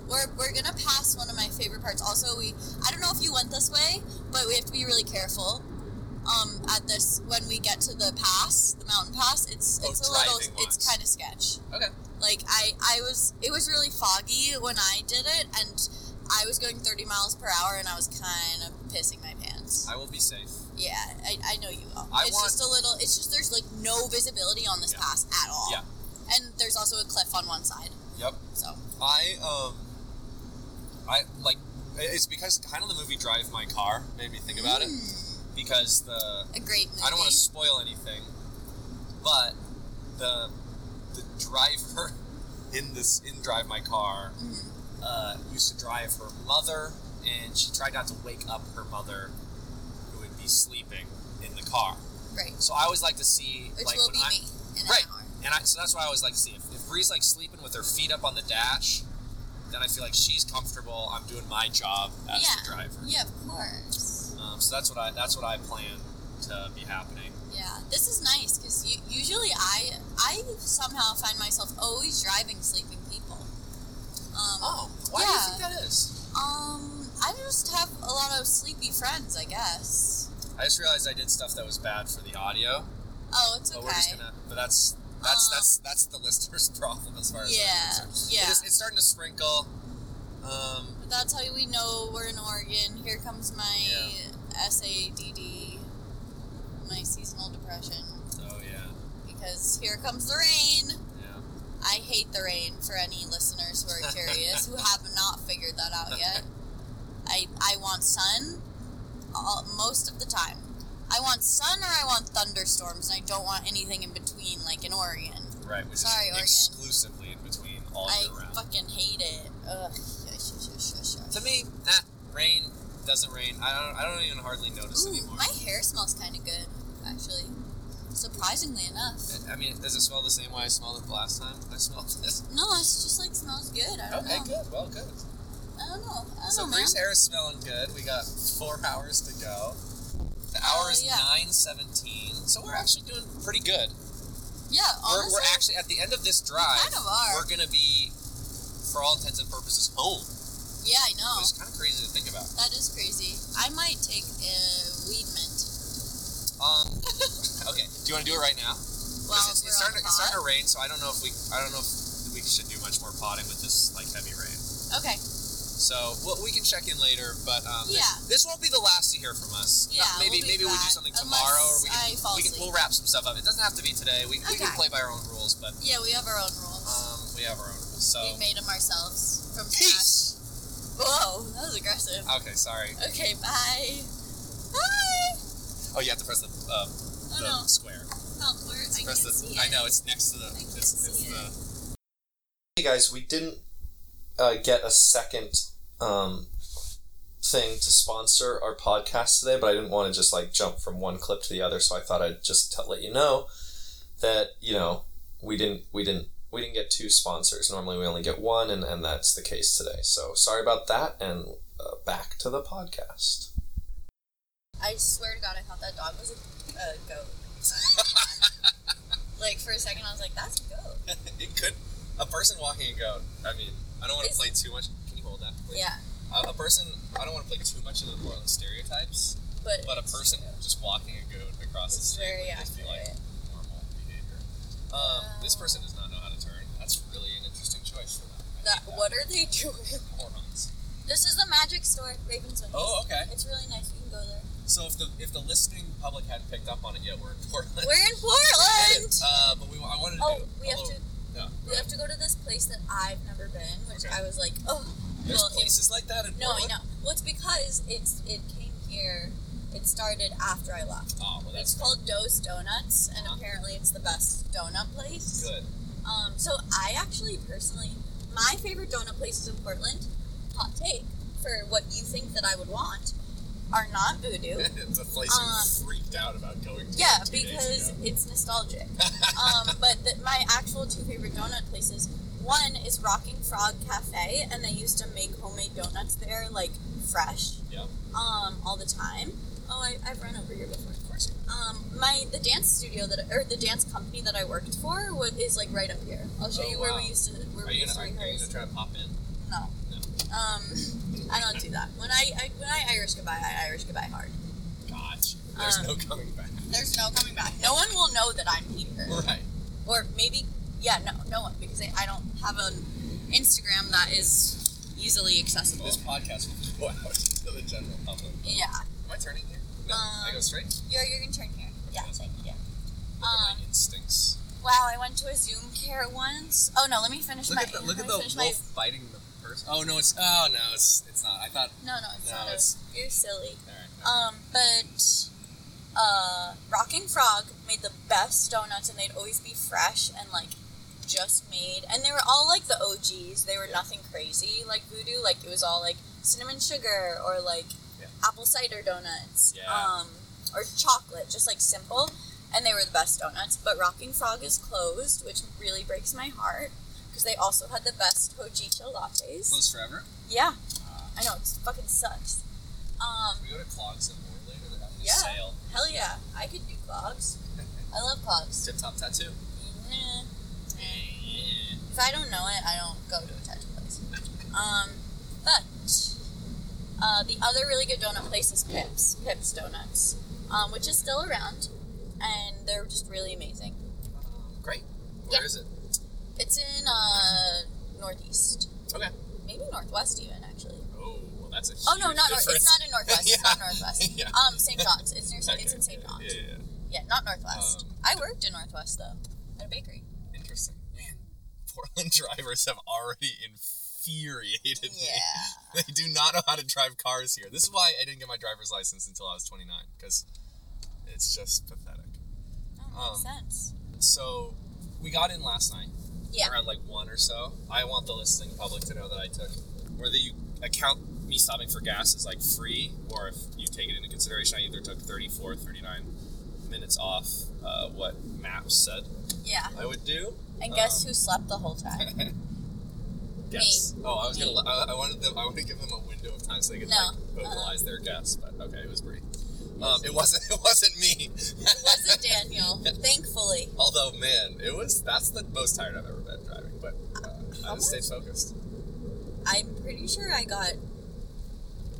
S2: We're, we're gonna pass one of my favorite parts. Also, we I don't know if you went this way, but we have to be really careful. Um, at this when we get to the pass, the mountain pass, it's
S1: Oh,
S2: it's a little
S1: driving
S2: it's
S1: ones.
S2: kind of sketch.
S1: Okay.
S2: Like I I was it was really foggy when I did it, and I was going thirty miles per hour, and I was kind of pissing my pants.
S1: I will be safe.
S2: yeah, I, I know you will.
S1: I
S2: it's
S1: want-
S2: just a little. It's just there's like no visibility on this
S1: Yeah.
S2: pass at all.
S1: Yeah.
S2: And there's also a cliff on one side,
S1: Yep.
S2: so
S1: I um, I like it's because kind of the movie Drive My Car made me think about it
S2: Mm,
S1: because the
S2: a great movie.
S1: I don't want to spoil anything, but the the driver in this in Drive My Car
S2: Mhm.
S1: uh, used to drive her mother, and she tried not to wake up her mother, who would be sleeping in the car.
S2: Right.
S1: So I always like to see
S2: Which
S1: like
S2: will
S1: when
S2: be
S1: I'm,
S2: me in
S1: Right.
S2: an hour.
S1: And I, so that's why I always like to see if, if Bree's like sleeping with her feet up on the dash, then I feel like she's comfortable. I'm doing my job as the driver.
S2: Yeah, of course.
S1: Um, so that's what I that's what I plan to be happening.
S2: Yeah, this is nice because usually I I somehow find myself always driving sleeping people. Um,
S1: Oh, why
S2: yeah.
S1: do you think that is?
S2: Um, I just have a lot of sleepy friends, I guess.
S1: I just realized I did stuff that was bad for the audio,
S2: Oh, it's
S1: but
S2: okay.
S1: we're just gonna. But that's that's
S2: Um,
S1: that's that's the listener's problem as far as
S2: Yeah,
S1: I'm concerned.
S2: yeah.
S1: It is, it's starting to sprinkle. Um,
S2: But that's how we know we're in Oregon. Here comes my
S1: Yeah.
S2: SADD, my seasonal depression,
S1: so oh, yeah,
S2: because here comes the rain.
S1: yeah.
S2: I hate the rain for any listeners who are curious who have not figured that out yet. I, I want sun all, most of the time. I want sun or I want thunderstorms, and I don't want anything in between, like in Oregon.
S1: Right, which
S2: Sorry,
S1: is
S2: Oregon.
S1: exclusively in between all
S2: I
S1: year round.
S2: fucking hate it. Ugh. Shush, shush, shush, shush,
S1: to
S2: shush.
S1: me, eh, rain doesn't rain. I don't. I don't even hardly notice
S2: Ooh,
S1: anymore.
S2: my hair smells kind of good, actually. Surprisingly enough.
S1: I mean, does it smell the same way I smelled it the last time I smelled this?
S2: No, it's just like smells good. I don't
S1: Okay,
S2: know.
S1: good. Well, good.
S2: I don't know. I don't
S1: So
S2: know, Oh, man.
S1: Bree's hair is smelling good. We got four hours to go. The
S2: Oh,
S1: hour is
S2: yeah.
S1: nine seventeen, so we're actually doing pretty good.
S2: Yeah,
S1: We're,
S2: honestly.
S1: we're actually at the end of this drive.
S2: kind of are.
S1: We're gonna be, for all intents and purposes, home.
S2: yeah, I know.
S1: Which is kind of crazy to think about.
S2: That is crazy. I might take a weed mint.
S1: Um, okay. Do you want to do it right now? 'Cause
S2: While
S1: it's, it's
S2: we're
S1: starting. to-
S2: on
S1: It's starting
S2: pod.
S1: to rain, so I don't know if we. I don't know if we should do much more potting with this like heavy rain.
S2: Okay.
S1: So well, we can check in later, but um,
S2: Yeah.
S1: this, this won't be the last you hear from us.
S2: Yeah,
S1: Uh, maybe
S2: we'll be
S1: maybe we do
S2: back,
S1: something tomorrow, or we can,
S2: unless I fall
S1: we can
S2: asleep.
S1: we'll wrap some stuff up. It doesn't have to be today. We, we can
S2: Okay.
S1: play by our own rules, but
S2: Yeah, we have our own rules.
S1: um, we have our own rules. So
S2: we made them ourselves from scratch.
S1: peace.
S2: Whoa, that was aggressive.
S1: Okay, sorry.
S2: Okay, bye. Bye.
S1: Oh, you have to press the, uh,
S2: Oh
S1: the
S2: no,
S1: square.
S2: help! Where I can't
S1: press the.
S2: see it.
S1: I know it's next to the.
S2: can't
S1: it's, it's
S2: see
S1: the.
S2: it.
S4: Hey guys, we didn't uh, get a second um, thing to sponsor our podcast today, but I didn't want to just like jump from one clip to the other, so I thought I'd just t- let you know that you know we didn't we didn't we didn't get two sponsors. Normally we only get one, and, and that's the case today. So sorry about that, and uh, back to the podcast.
S2: I swear to God, I thought that dog was a, a goat. like for a second, I was like, "That's a goat."
S1: it could. A person walking a goat. I mean, I don't want to
S2: It's-
S1: play too much. Can you hold that? please?
S2: Yeah,
S1: A, a person. I don't want to play too much into the Portland stereotypes.
S2: but
S1: But a person just walking a goat across the
S2: It's
S1: street
S2: very
S1: would just be like
S2: accurate.
S1: normal behavior. Um, this person does not know how to turn. That's really an interesting choice for them. I
S2: that,
S1: hate
S2: what are they doing?
S1: that. morons?
S2: This is the magic store, Ravenswood.
S1: Oh, okay.
S2: It's really nice. You can go there.
S1: So if the if the listening public hadn't picked up on it yet, we're in Portland.
S2: We're in Portland.
S1: Uh, but we I wanted to.
S2: Oh,
S1: do
S2: we
S1: a
S2: have
S1: little,
S2: to
S1: No,
S2: we have to go to this place that I've never been, which
S1: Okay.
S2: I was like, oh,
S1: There's
S2: well, it-
S1: places like that in
S2: no, I
S1: Portland.
S2: know. Well, it's because it's it came here. It started after I left.
S1: Oh, well, that's
S2: it's called Doe's Donuts, and
S1: Uh-huh.
S2: apparently it's the best donut place.
S1: good.
S2: Um, so I actually personally, my favorite donut places in Portland, hot take for what you think that I would want, are not voodoo.
S1: it's a place
S2: Um,
S1: you freaked out about going to.
S2: Yeah,
S1: two days
S2: because
S1: ago.
S2: it's nostalgic. um, but the, my actual two favorite donut places, one is Rocking Frog Cafe, and they used to make homemade donuts there, like fresh,
S1: Yeah, of
S2: um, all the time. Oh, I, I've run over here before.
S1: course.
S2: Um, my the dance studio that or the dance company that I worked for was, is like right up here. I'll show
S1: Oh,
S2: you where
S1: wow.
S2: we used to where
S1: Are
S2: we
S1: you
S2: used
S1: gonna, are,
S2: to
S1: you gonna
S2: rehearse.
S1: try to pop in?
S2: No.
S1: No.
S2: Um, I don't do that. When I, I when I Irish goodbye, I Irish goodbye hard.
S1: Gotcha. There's
S2: Um,
S1: no coming back.
S2: There's no coming back. No one will know that I'm here,
S1: Right.
S2: or maybe yeah, no, no one because I, I don't have an Instagram that is easily accessible.
S1: This podcast will go out to the general public.
S2: Yeah,
S1: Am I turning here? No, I go
S2: Um,
S1: straight.
S2: yeah, you're gonna turn here. Yeah,
S1: that's fine.
S2: yeah.
S1: Look at
S2: um,
S1: my instincts.
S2: Wow, I went to a Zoom care once. Oh no, let me finish
S1: Look
S2: my.
S1: at the look
S2: let
S1: at
S2: me
S1: the
S2: finish
S1: wolf
S2: my-
S1: biting the person. Oh no, it's oh no, it's it's not. I thought.
S2: No, no, it's
S1: No,
S2: not.
S1: it's-
S2: a, you're silly.
S1: All right.
S2: Um, but uh, Rocking Frog made the best donuts, and they'd always be fresh and like just made. And they were all like the OGs. They were nothing crazy like Voodoo. Like it was all like cinnamon sugar or like
S1: Yeah.
S2: apple cider donuts,
S1: Yeah.
S2: um, or chocolate, just like simple. And they were the best donuts. But Rocking Frog is closed, which really breaks my heart because they also had the best hojicha lattes.
S1: Close forever.
S2: Yeah, I know it fucking sucks. Um,
S1: We go to Clogs and more later. They're having a
S2: Yeah.
S1: sale.
S2: Hell yeah, I could do clogs. I love clogs.
S1: Tip top tattoo.
S2: Nah. If I don't know it, I don't go to a tattoo place. Um, but uh, the other really good donut place is Pips, Pips Donuts, um, which is still around, and they're just really amazing.
S1: Um, great. Where
S2: Yeah.
S1: is it?
S2: It's in uh, Northeast,
S1: Okay.
S2: maybe Northwest even actually.
S1: Oh, well, that's a.
S2: Oh no,
S1: huge
S2: not north.
S1: difference.
S2: It's not in Northwest. It's not
S1: Yeah.
S2: Northwest.
S1: Yeah.
S2: Um, St. John's. It's near.
S1: Okay.
S2: It's in St. John's.
S1: Yeah, yeah, yeah.
S2: Yeah, not Northwest.
S1: Um,
S2: I worked in Northwest though, at a bakery.
S1: Interesting. Man, Portland drivers have already infuriated me.
S2: Yeah.
S1: They do not know how to drive cars here. This is why I didn't get my driver's license until I was 29 because it's just pathetic.
S2: That makes
S1: Um,
S2: sense.
S1: So we got in last night
S2: Yeah.
S1: around like one or so. I want the listening public to know that I took whether you account me stopping for gas as like free or if you take it into consideration. I either took 34, 39 minutes off uh, what maps said
S2: Yeah.
S1: I would do.
S2: And guess
S1: um,
S2: who slept the whole time?
S1: Yes. Oh, I was
S2: Me.
S1: gonna. I, I wanted them. I wanted to give them a window of time so they could
S2: No.
S1: like, vocalize their guess. But okay, it was Bree. Um, it wasn't. It wasn't me.
S2: It wasn't Daniel, thankfully.
S1: Although, man, it was. That's the most tired I've ever been driving. But uh, I
S2: How
S1: just stayed focused.
S2: I'm pretty sure I got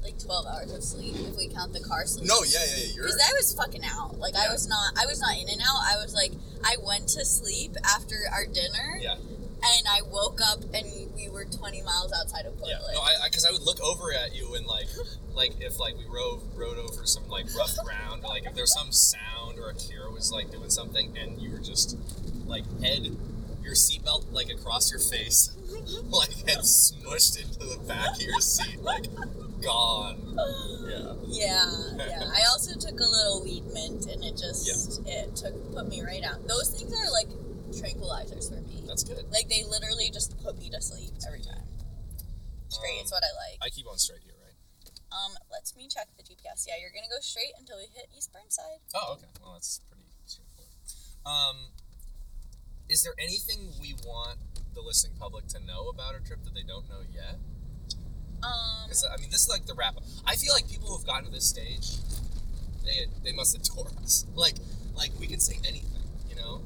S2: like 12 hours of sleep if we count the car sleep.
S1: No, yeah, yeah, yeah, you're.
S2: Because I was fucking out. Like I
S1: Yeah.
S2: was not. I was not in and out. I was like, I went to sleep after our dinner,
S1: yeah,
S2: and I woke up and we were 20 miles outside of
S1: yeah.
S2: Portland.
S1: No, I because I, would look over at you and like, like if like we rode rode over some like rough ground or like if there was some sound or Akira was like doing something and you were just like head your seatbelt like across your face like head smushed into the back of your seat like gone yeah
S2: yeah, yeah. I also took a little weed mint, and it just it took put me right out. Those things are like tranquilizers for me.
S1: that's good
S2: Like they literally just put me to sleep every time. It's
S1: Um,
S2: great. it's what I like.
S1: I keep on straight here right
S2: Um, let's me check the GPS. Yeah, you're gonna go straight until we hit East Burnside.
S1: Oh, okay. Well, that's pretty straightforward. Um, is there anything we want the listening public to know about our trip that they don't know yet?
S2: Um,
S1: Because I mean, this is like the wrap up. I feel like people who've gotten to this stage, they they must adore us. Like like we can say anything, you know.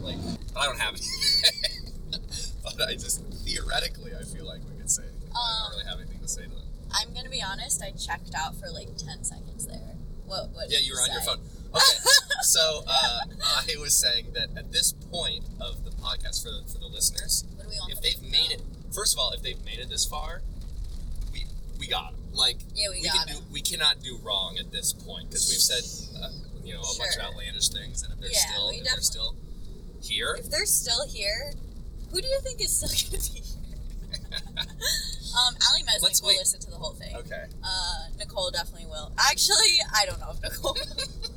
S1: Like but I don't have anything. but I just theoretically, I feel like we could say anything. I
S2: Um,
S1: don't really have anything to say to them.
S2: I'm gonna be honest. I checked out for like ten seconds there. What? What?
S1: Yeah,
S2: did
S1: you were on your
S2: say?
S1: phone. Okay, so uh, I was saying that at this point of the podcast for the, for the listeners,
S2: What do we want?
S1: if
S2: them
S1: they've
S2: to
S1: made
S2: know?
S1: it, first of all, if they've made it this far, we we got 'em. Like
S2: Yeah, we,
S1: we,
S2: got
S1: can
S2: it.
S1: do, we cannot do wrong at this point because we've said uh, you know a bunch
S2: Sure.
S1: of outlandish things, and if they're
S2: Yeah,
S1: still
S2: we
S1: if they're
S2: definitely-
S1: still here,
S2: If they're still here, who do you think is still gonna be here? um, Allie
S1: Let's
S2: Mesnick will
S1: wait.
S2: listen to the whole thing.
S1: okay,
S2: Uh, Nicole definitely will. Actually, I don't know if Nicole. will.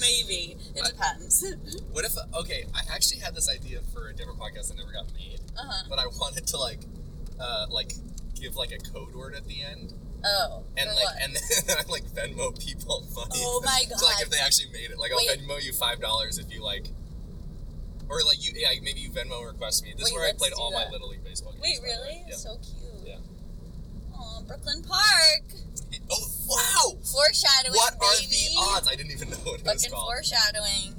S2: Maybe it
S1: I-
S2: depends. uh
S1: what if okay? I actually had this idea for a different podcast that never got made,
S2: huh.
S1: but I wanted to like uh, like give like a code word at the end.
S2: Oh.
S1: and
S2: for
S1: like
S2: what?
S1: and then I like Venmo people money.
S2: Oh my
S1: So, like if
S2: God.
S1: they actually made it, like I'll
S2: Wait.
S1: Venmo you five dollars if you like, or like you yeah maybe you Venmo request me. This
S2: Wait,
S1: is where I
S2: let's
S1: played
S2: do
S1: all
S2: that.
S1: my little league baseball games.
S2: Wait,
S1: by the way.
S2: really?
S1: Yeah.
S2: So cute.
S1: Yeah.
S2: Aw, Brooklyn Park.
S1: It- oh wow!
S2: Foreshadowing.
S1: What are the
S2: baby.
S1: odds? I didn't even know what it was
S2: Fucking
S1: called.
S2: foreshadowing.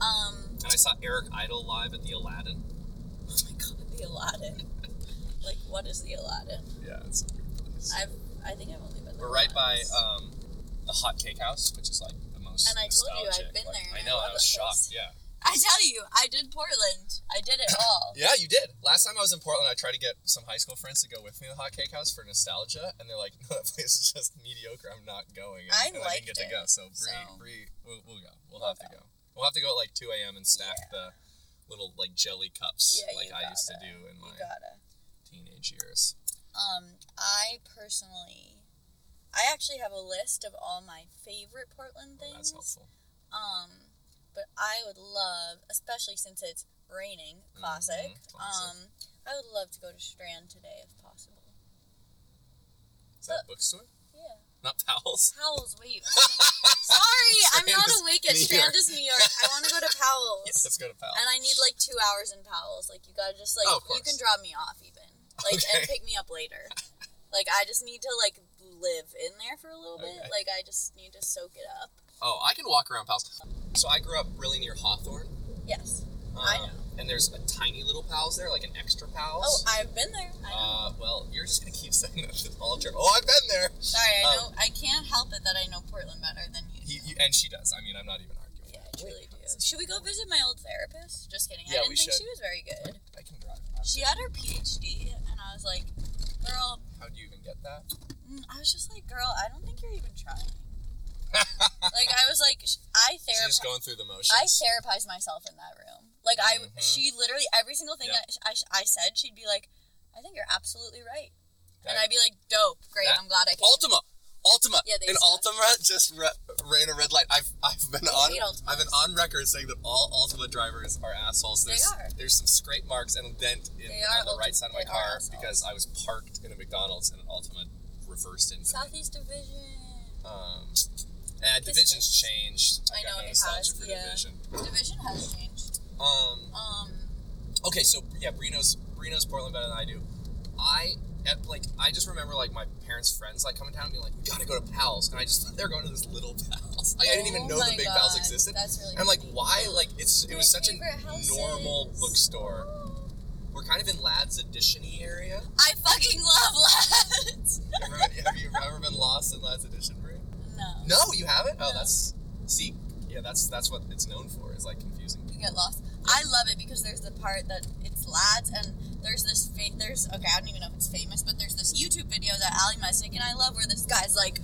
S2: Um,
S1: And I saw Eric Idle live at the Aladdin.
S2: oh my god, the Aladdin. like, what is the Aladdin?
S1: Yeah, it's a weird place.
S2: I've, I think I've only been. there
S1: We're right by
S2: once.
S1: um, the Hot Cake House, which is like the most.
S2: And I told you I've
S1: nostalgic,
S2: been
S1: like-
S2: there, and
S1: I
S2: I
S1: know. I
S2: love
S1: was
S2: that
S1: shocked.
S2: place.
S1: Yeah.
S2: I tell you, I did Portland. I did it all.
S1: Yeah, you did. Last time I was in Portland, I tried to get some high school friends to go with me to the Hot Cake House for nostalgia, and they're like, "No, that place is just mediocre. I'm not going." And,
S2: I
S1: and
S2: liked
S1: didn't get
S2: it,
S1: to go. So Bree,
S2: so-
S1: Bree, we'll, we'll go. We'll,
S2: We'll
S1: have to go. We'll have to go at like 2 a.m. and stack the little like jelly cups
S2: Yeah,
S1: like
S2: you
S1: I used to
S2: gotta.
S1: do in
S2: You
S1: my
S2: gotta.
S1: teenage years.
S2: Um, I personally, I actually have a list of all my favorite Portland
S1: Well,
S2: things.
S1: Oh, that's helpful.
S2: Um, but I would love, especially since it's raining, classic.
S1: Mhm, classic.
S2: Um, I would love to go to Strand today if possible.
S1: Is that a
S2: but-
S1: bookstore?
S2: Yeah.
S1: Not Powell's.
S2: Powell's, wait. Sorry, I'm
S1: Strand
S2: not
S1: is
S2: awake at
S1: New York.
S2: Strand is New York. I want to go to Powell's.
S1: Yeah, let's go to Powell's.
S2: And I need like two hours in Powell's. Like, you gotta just, like,
S1: Oh, of
S2: you can
S1: course.
S2: drop me off even. Like, and
S1: Okay.
S2: pick me up later. like, I just need to, like, live in there for a little bit.
S1: Okay.
S2: Like, I just need to soak it up.
S1: Oh, I can walk around Powell's. So I grew up really near Hawthorne.
S2: Yes.
S1: Um,
S2: I know.
S1: And there's a tiny little Powell's there, like an extra Powell's.
S2: Oh, I've been there. I know.
S1: Uh, well, you're just gonna keep saying that this whole trip. Oh, I've been there.
S2: Sorry, I
S1: um,
S2: know. I can't help it that I know Portland better than you.
S1: He,
S2: do.
S1: you, and she does. I mean, I'm not even arguing.
S2: Yeah, I truly do. Should we go visit my old therapist? Just kidding.
S1: Yeah,
S2: I
S1: we
S2: didn't think
S1: should.
S2: she was very good.
S1: I can drive.
S2: She had her PhD, and I was like, girl,
S1: How do you even get that?
S2: mm, I was just like, girl, I don't think you're even trying. Like, I was like, sh- I
S1: She's just
S2: therapize.
S1: going through the motions.
S2: I therapized myself in that room. Like I,
S1: Mhm.
S2: she literally every single thing
S1: Yeah.
S2: I, I, I said, she'd be like, I think you're absolutely right. And
S1: That-
S2: I'd be like, dope, great,
S1: that-
S2: I'm glad I came.
S1: Ultima. Ultima.
S2: Yeah, they
S1: and
S2: suck.
S1: Ultima just re- ran a red light. I've I've been on
S2: hate Ultimas.
S1: I've been on record saying that all Ultima drivers are assholes.
S2: They
S1: There's,
S2: are.
S1: There's some scrape marks and a dent in,
S2: They
S1: on
S2: are
S1: the
S2: Ulti-
S1: right side of my
S2: they are
S1: car
S2: assholes.
S1: because I was parked in a McDonald's and an Ultima reversed into me.
S2: Southeast Division.
S1: Um, and
S2: This-
S1: division's changed.
S2: I
S1: I've got
S2: know,
S1: no
S2: it
S1: nostalgia
S2: has,
S1: for
S2: yeah.
S1: division.
S2: Division has changed.
S1: Um,
S2: Um,
S1: okay, so yeah, Reno's Reno's Portland better than I do. I at, like I just remember like my parents' friends like coming down and being like, "We gotta go to Pals," and I just thought they were going to this little Pals. Like, I didn't even
S2: oh
S1: know the
S2: my
S1: Big Pals
S2: God,
S1: existed.
S2: That's really
S1: And I'm like,
S2: funny.
S1: why? Like it's it
S2: My
S1: was such a
S2: favorite houses.
S1: normal bookstore. We're kind of in Lads Edition area.
S2: I fucking love Lads.
S1: You ever- Have you ever been lost in Lads Edition? Maria?
S2: no.
S1: No, you haven't. Oh,
S2: No.
S1: that's see, yeah, that's that's what it's known for is like confusing.
S2: You get lost. I love it because there's the part that it's lads and there's this fa- there's okay I don't even know if it's famous but there's this YouTube video that Ali Mesnick and I love where this guy's like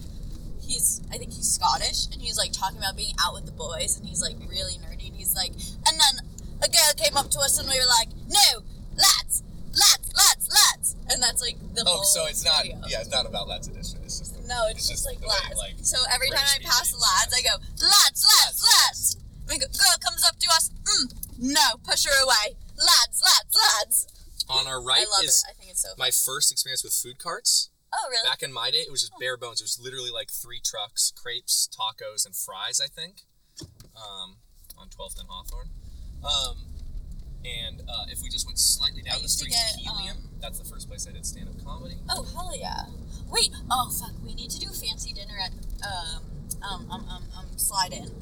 S2: he's I think he's Scottish and he's like talking about being out with the boys and he's like really nerdy and he's like and then a girl came up to us and we were like no lads lads lads lads and that's like the
S1: Oh,
S2: whole
S1: so it's not.
S2: video.
S1: Yeah, it's not about Lads Edition. It's just. The,
S2: No, it's,
S1: It's
S2: just,
S1: just
S2: like
S1: the way,
S2: lads.
S1: like,
S2: so every time I
S1: British
S2: pass
S1: people
S2: lads, I go lads, lads, lads. And the girl comes up to us. Mm, no, push her away. Lads, lads, lads.
S1: on our
S2: Mm-hmm. I
S1: right
S2: love
S1: is
S2: it. I think it's so. Funny.
S1: my first experience with food carts.
S2: Oh really?
S1: Back in my day, it was just bare bones. It was literally like three trucks: crepes, tacos, and fries. I think, um, on 12th and Hawthorne. Um, and uh, if we just went slightly
S2: I
S1: down the
S2: used to
S1: street
S2: get,
S1: to Helium,
S2: um,
S1: that's the first place I did stand-up comedy.
S2: oh hell yeah. Wait. Oh fuck. We need to do fancy dinner at um um um um, um slide in.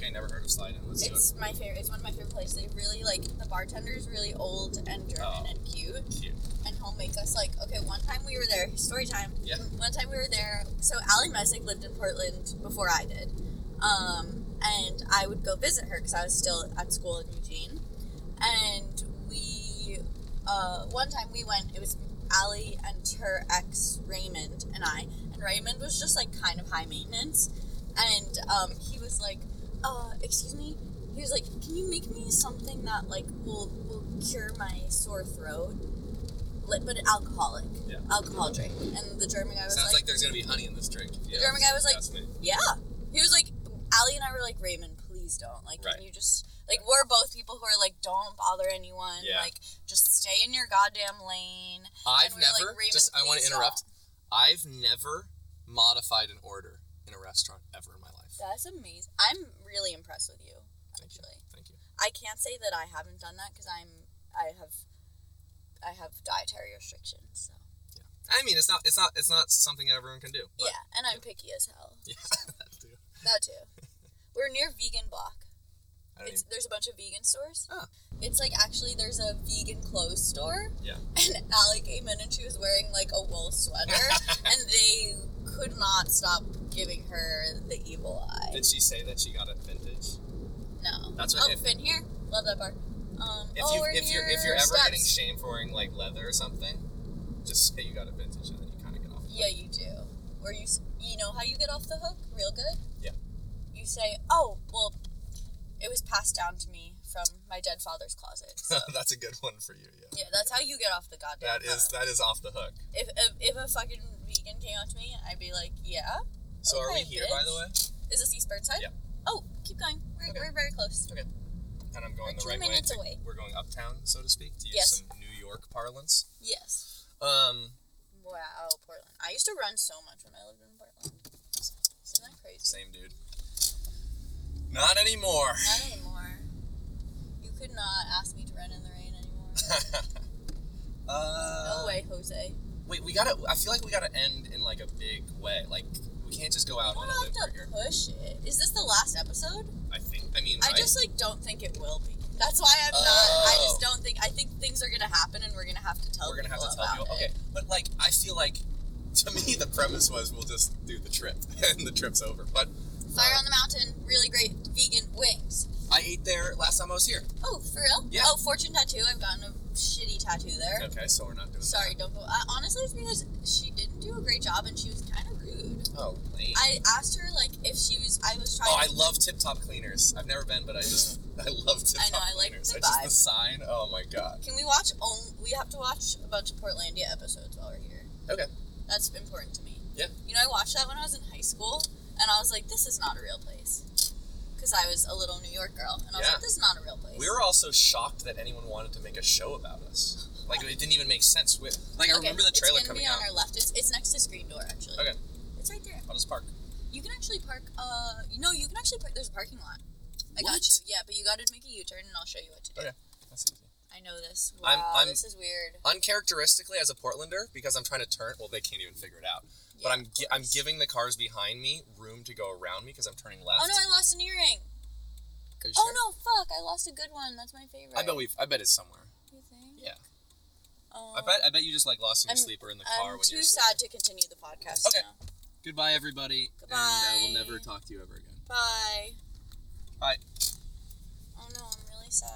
S1: Okay, never heard of Slide In. Let's do it.
S2: It's my favorite. It's one of my favorite places. They really like the bartender's really old and German
S1: Oh.
S2: and cute.
S1: Cute.
S2: and he'll make us like okay one time we were there story time
S1: Yeah.
S2: one time we were there so Allie Messick lived in Portland before I did um, and I would go visit her because I was still at school in Eugene and we uh, one time we went it was Allie and her ex Raymond and I and Raymond was just like kind of high maintenance and um, he was like uh, excuse me he was like can you make me something that like will will cure my sore throat like, but alcoholic
S1: Yeah.
S2: alcohol drink and the German guy was
S1: Sounds like,
S2: like,
S1: there's gonna be honey in this drink. Yeah,
S2: German guy was like-
S1: that's me.
S2: yeah he was like Allie and I were like Raymond please don't like
S1: Right.
S2: can you just like we're both people who are like don't bother anyone
S1: Yeah.
S2: like just stay in your goddamn lane
S1: I've
S2: And we were like,
S1: never.
S2: Raymond,
S1: just I want to
S2: please
S1: interrupt. I've never modified an order in a restaurant ever in my life.
S2: that's amazing I'm really impressed with you
S1: Thank you.
S2: actually
S1: Thank you.
S2: I can't say that I haven't done that because I'm I have I have dietary restrictions so
S1: I mean, it's not. It's not. It's not something everyone can do. but-
S2: yeah and I'm picky as hell
S1: Yeah. that too.
S2: that too we're near vegan block
S1: I don't
S2: It's,
S1: even,
S2: there's a bunch of vegan stores.
S1: Oh.
S2: It's like actually there's a vegan clothes store.
S1: Yeah.
S2: And Allie came in and she was wearing like a wool sweater, and they could not stop giving her the evil eye.
S1: did she say that she got it vintage?
S2: No.
S1: That's what-
S2: Oh,
S1: if-
S2: been here. Love that bar. Um,
S1: If
S2: oh,
S1: you
S2: we're
S1: if you're if
S2: near
S1: you're ever
S2: Steps.
S1: getting shamed for wearing like leather or something, just say you got it vintage and then you kind of get off.
S2: yeah, you do. Or you s- you know how you get off the hook real good.
S1: Yeah.
S2: You say, oh well, it was passed down to me from my dead father's closet.
S1: that's a good one for you. Yeah.
S2: yeah, that's how you get off the goddamn.
S1: That
S2: hook.
S1: is that is off the hook.
S2: If, if, if a fucking vegan came up to me, I'd be like, yeah.
S1: So are we
S2: Okay,
S1: here by the way?
S2: Is this East Burnside?
S1: Yeah.
S2: Oh, keep going. We're,
S1: Okay.
S2: we're very close.
S1: And I'm going
S2: We're
S1: the
S2: two
S1: right way.
S2: minutes
S1: to-
S2: away.
S1: We're going uptown, so to speak, to use
S2: Yes.
S1: some New York parlance.
S2: Yes.
S1: Um,
S2: Wow, Portland. I used to run so much when I lived in Portland. Isn't that crazy?
S1: same dude. Not anymore.
S2: Not anymore. You could not ask me to run in the rain anymore.
S1: uh,
S2: no way, Jose.
S1: Wait, we gotta. I feel like we gotta end in like a big way. Like we can't just go
S2: You
S1: out on
S2: don't
S1: a
S2: have
S1: limb
S2: to
S1: here.
S2: push it. Is this the last episode?
S1: I think. I mean,
S2: I
S1: right?
S2: just like don't think it will be. That's why I'm not. I just don't think. I think things are gonna happen, and we're gonna have to tell.
S1: Oh. we're gonna have
S2: people
S1: to tell
S2: about
S1: people.
S2: it.
S1: Okay, but like I feel like to me the premise was we'll just do the trip and the trip's over. But
S2: Fire on the Mountain, really great vegan wings.
S1: I ate there last time I was here.
S2: Oh, for real?
S1: Yeah.
S2: Oh, Fortune Tattoo. I've gotten a shitty tattoo there.
S1: Okay, so we're not doing.
S2: Sorry, don't go. Uh, honestly, it's because she didn't do a great job and she was kind of rude.
S1: That. Oh, lame.
S2: I asked her like if she was. I was trying.
S1: oh, I
S2: to,
S1: love Tip Top Cleaners. I've never been, but I just I love Tip
S2: I know,
S1: Top
S2: I like
S1: Waiters.
S2: the
S1: That's just
S2: vibe.
S1: sign. Oh my god.
S2: Can we watch? On- we have to watch a bunch of Portlandia episodes while we're here.
S1: Okay.
S2: That's important to me.
S1: Yeah.
S2: You know, I watched that when I was in high school, and I was like, "This is not a real place," because I was a little New York girl, and I was
S1: Yeah.
S2: like, "This is not a real place."
S1: We were also shocked that anyone wanted to make a show about us. Like it didn't even make sense with. Like I
S2: Okay,
S1: remember the trailer
S2: it's gonna
S1: coming
S2: be
S1: out.
S2: on our left. It's, it's next to Screen Door, actually.
S1: Okay.
S2: It's right there.
S1: I'll just park.
S2: You can actually park. Uh, you know, you can actually park. There's a parking lot. I got
S1: What?
S2: you. Yeah, but you got to make a U-turn, and I'll show you what to do.
S1: Okay. That's easy.
S2: I know this. Wow,
S1: I'm- I'm-
S2: this is weird.
S1: Uncharacteristically, as a Portlander, because I'm trying to turn. Well, they can't even figure it out.
S2: Yeah,
S1: but I'm
S2: of
S1: gi- I'm
S2: course.
S1: giving the cars behind me room to go around me because I'm turning left.
S2: Oh no, I lost an earring.
S1: Are you
S2: Oh
S1: sure?
S2: no, fuck! I lost a good one. That's my favorite.
S1: I bet we. I bet it's somewhere.
S2: You think?
S1: Yeah.
S2: Oh,
S1: I bet. I bet you just like lost in your
S2: I'm-
S1: sleep or in the car
S2: I'm
S1: when
S2: too
S1: you're
S2: sad to continue the podcast
S1: Okay.
S2: now.
S1: Goodbye, everybody. uh,
S2: and I will Goodbye. never
S1: talk to you ever again.
S2: Bye.
S1: Bye.
S2: Oh no, I'm really sad.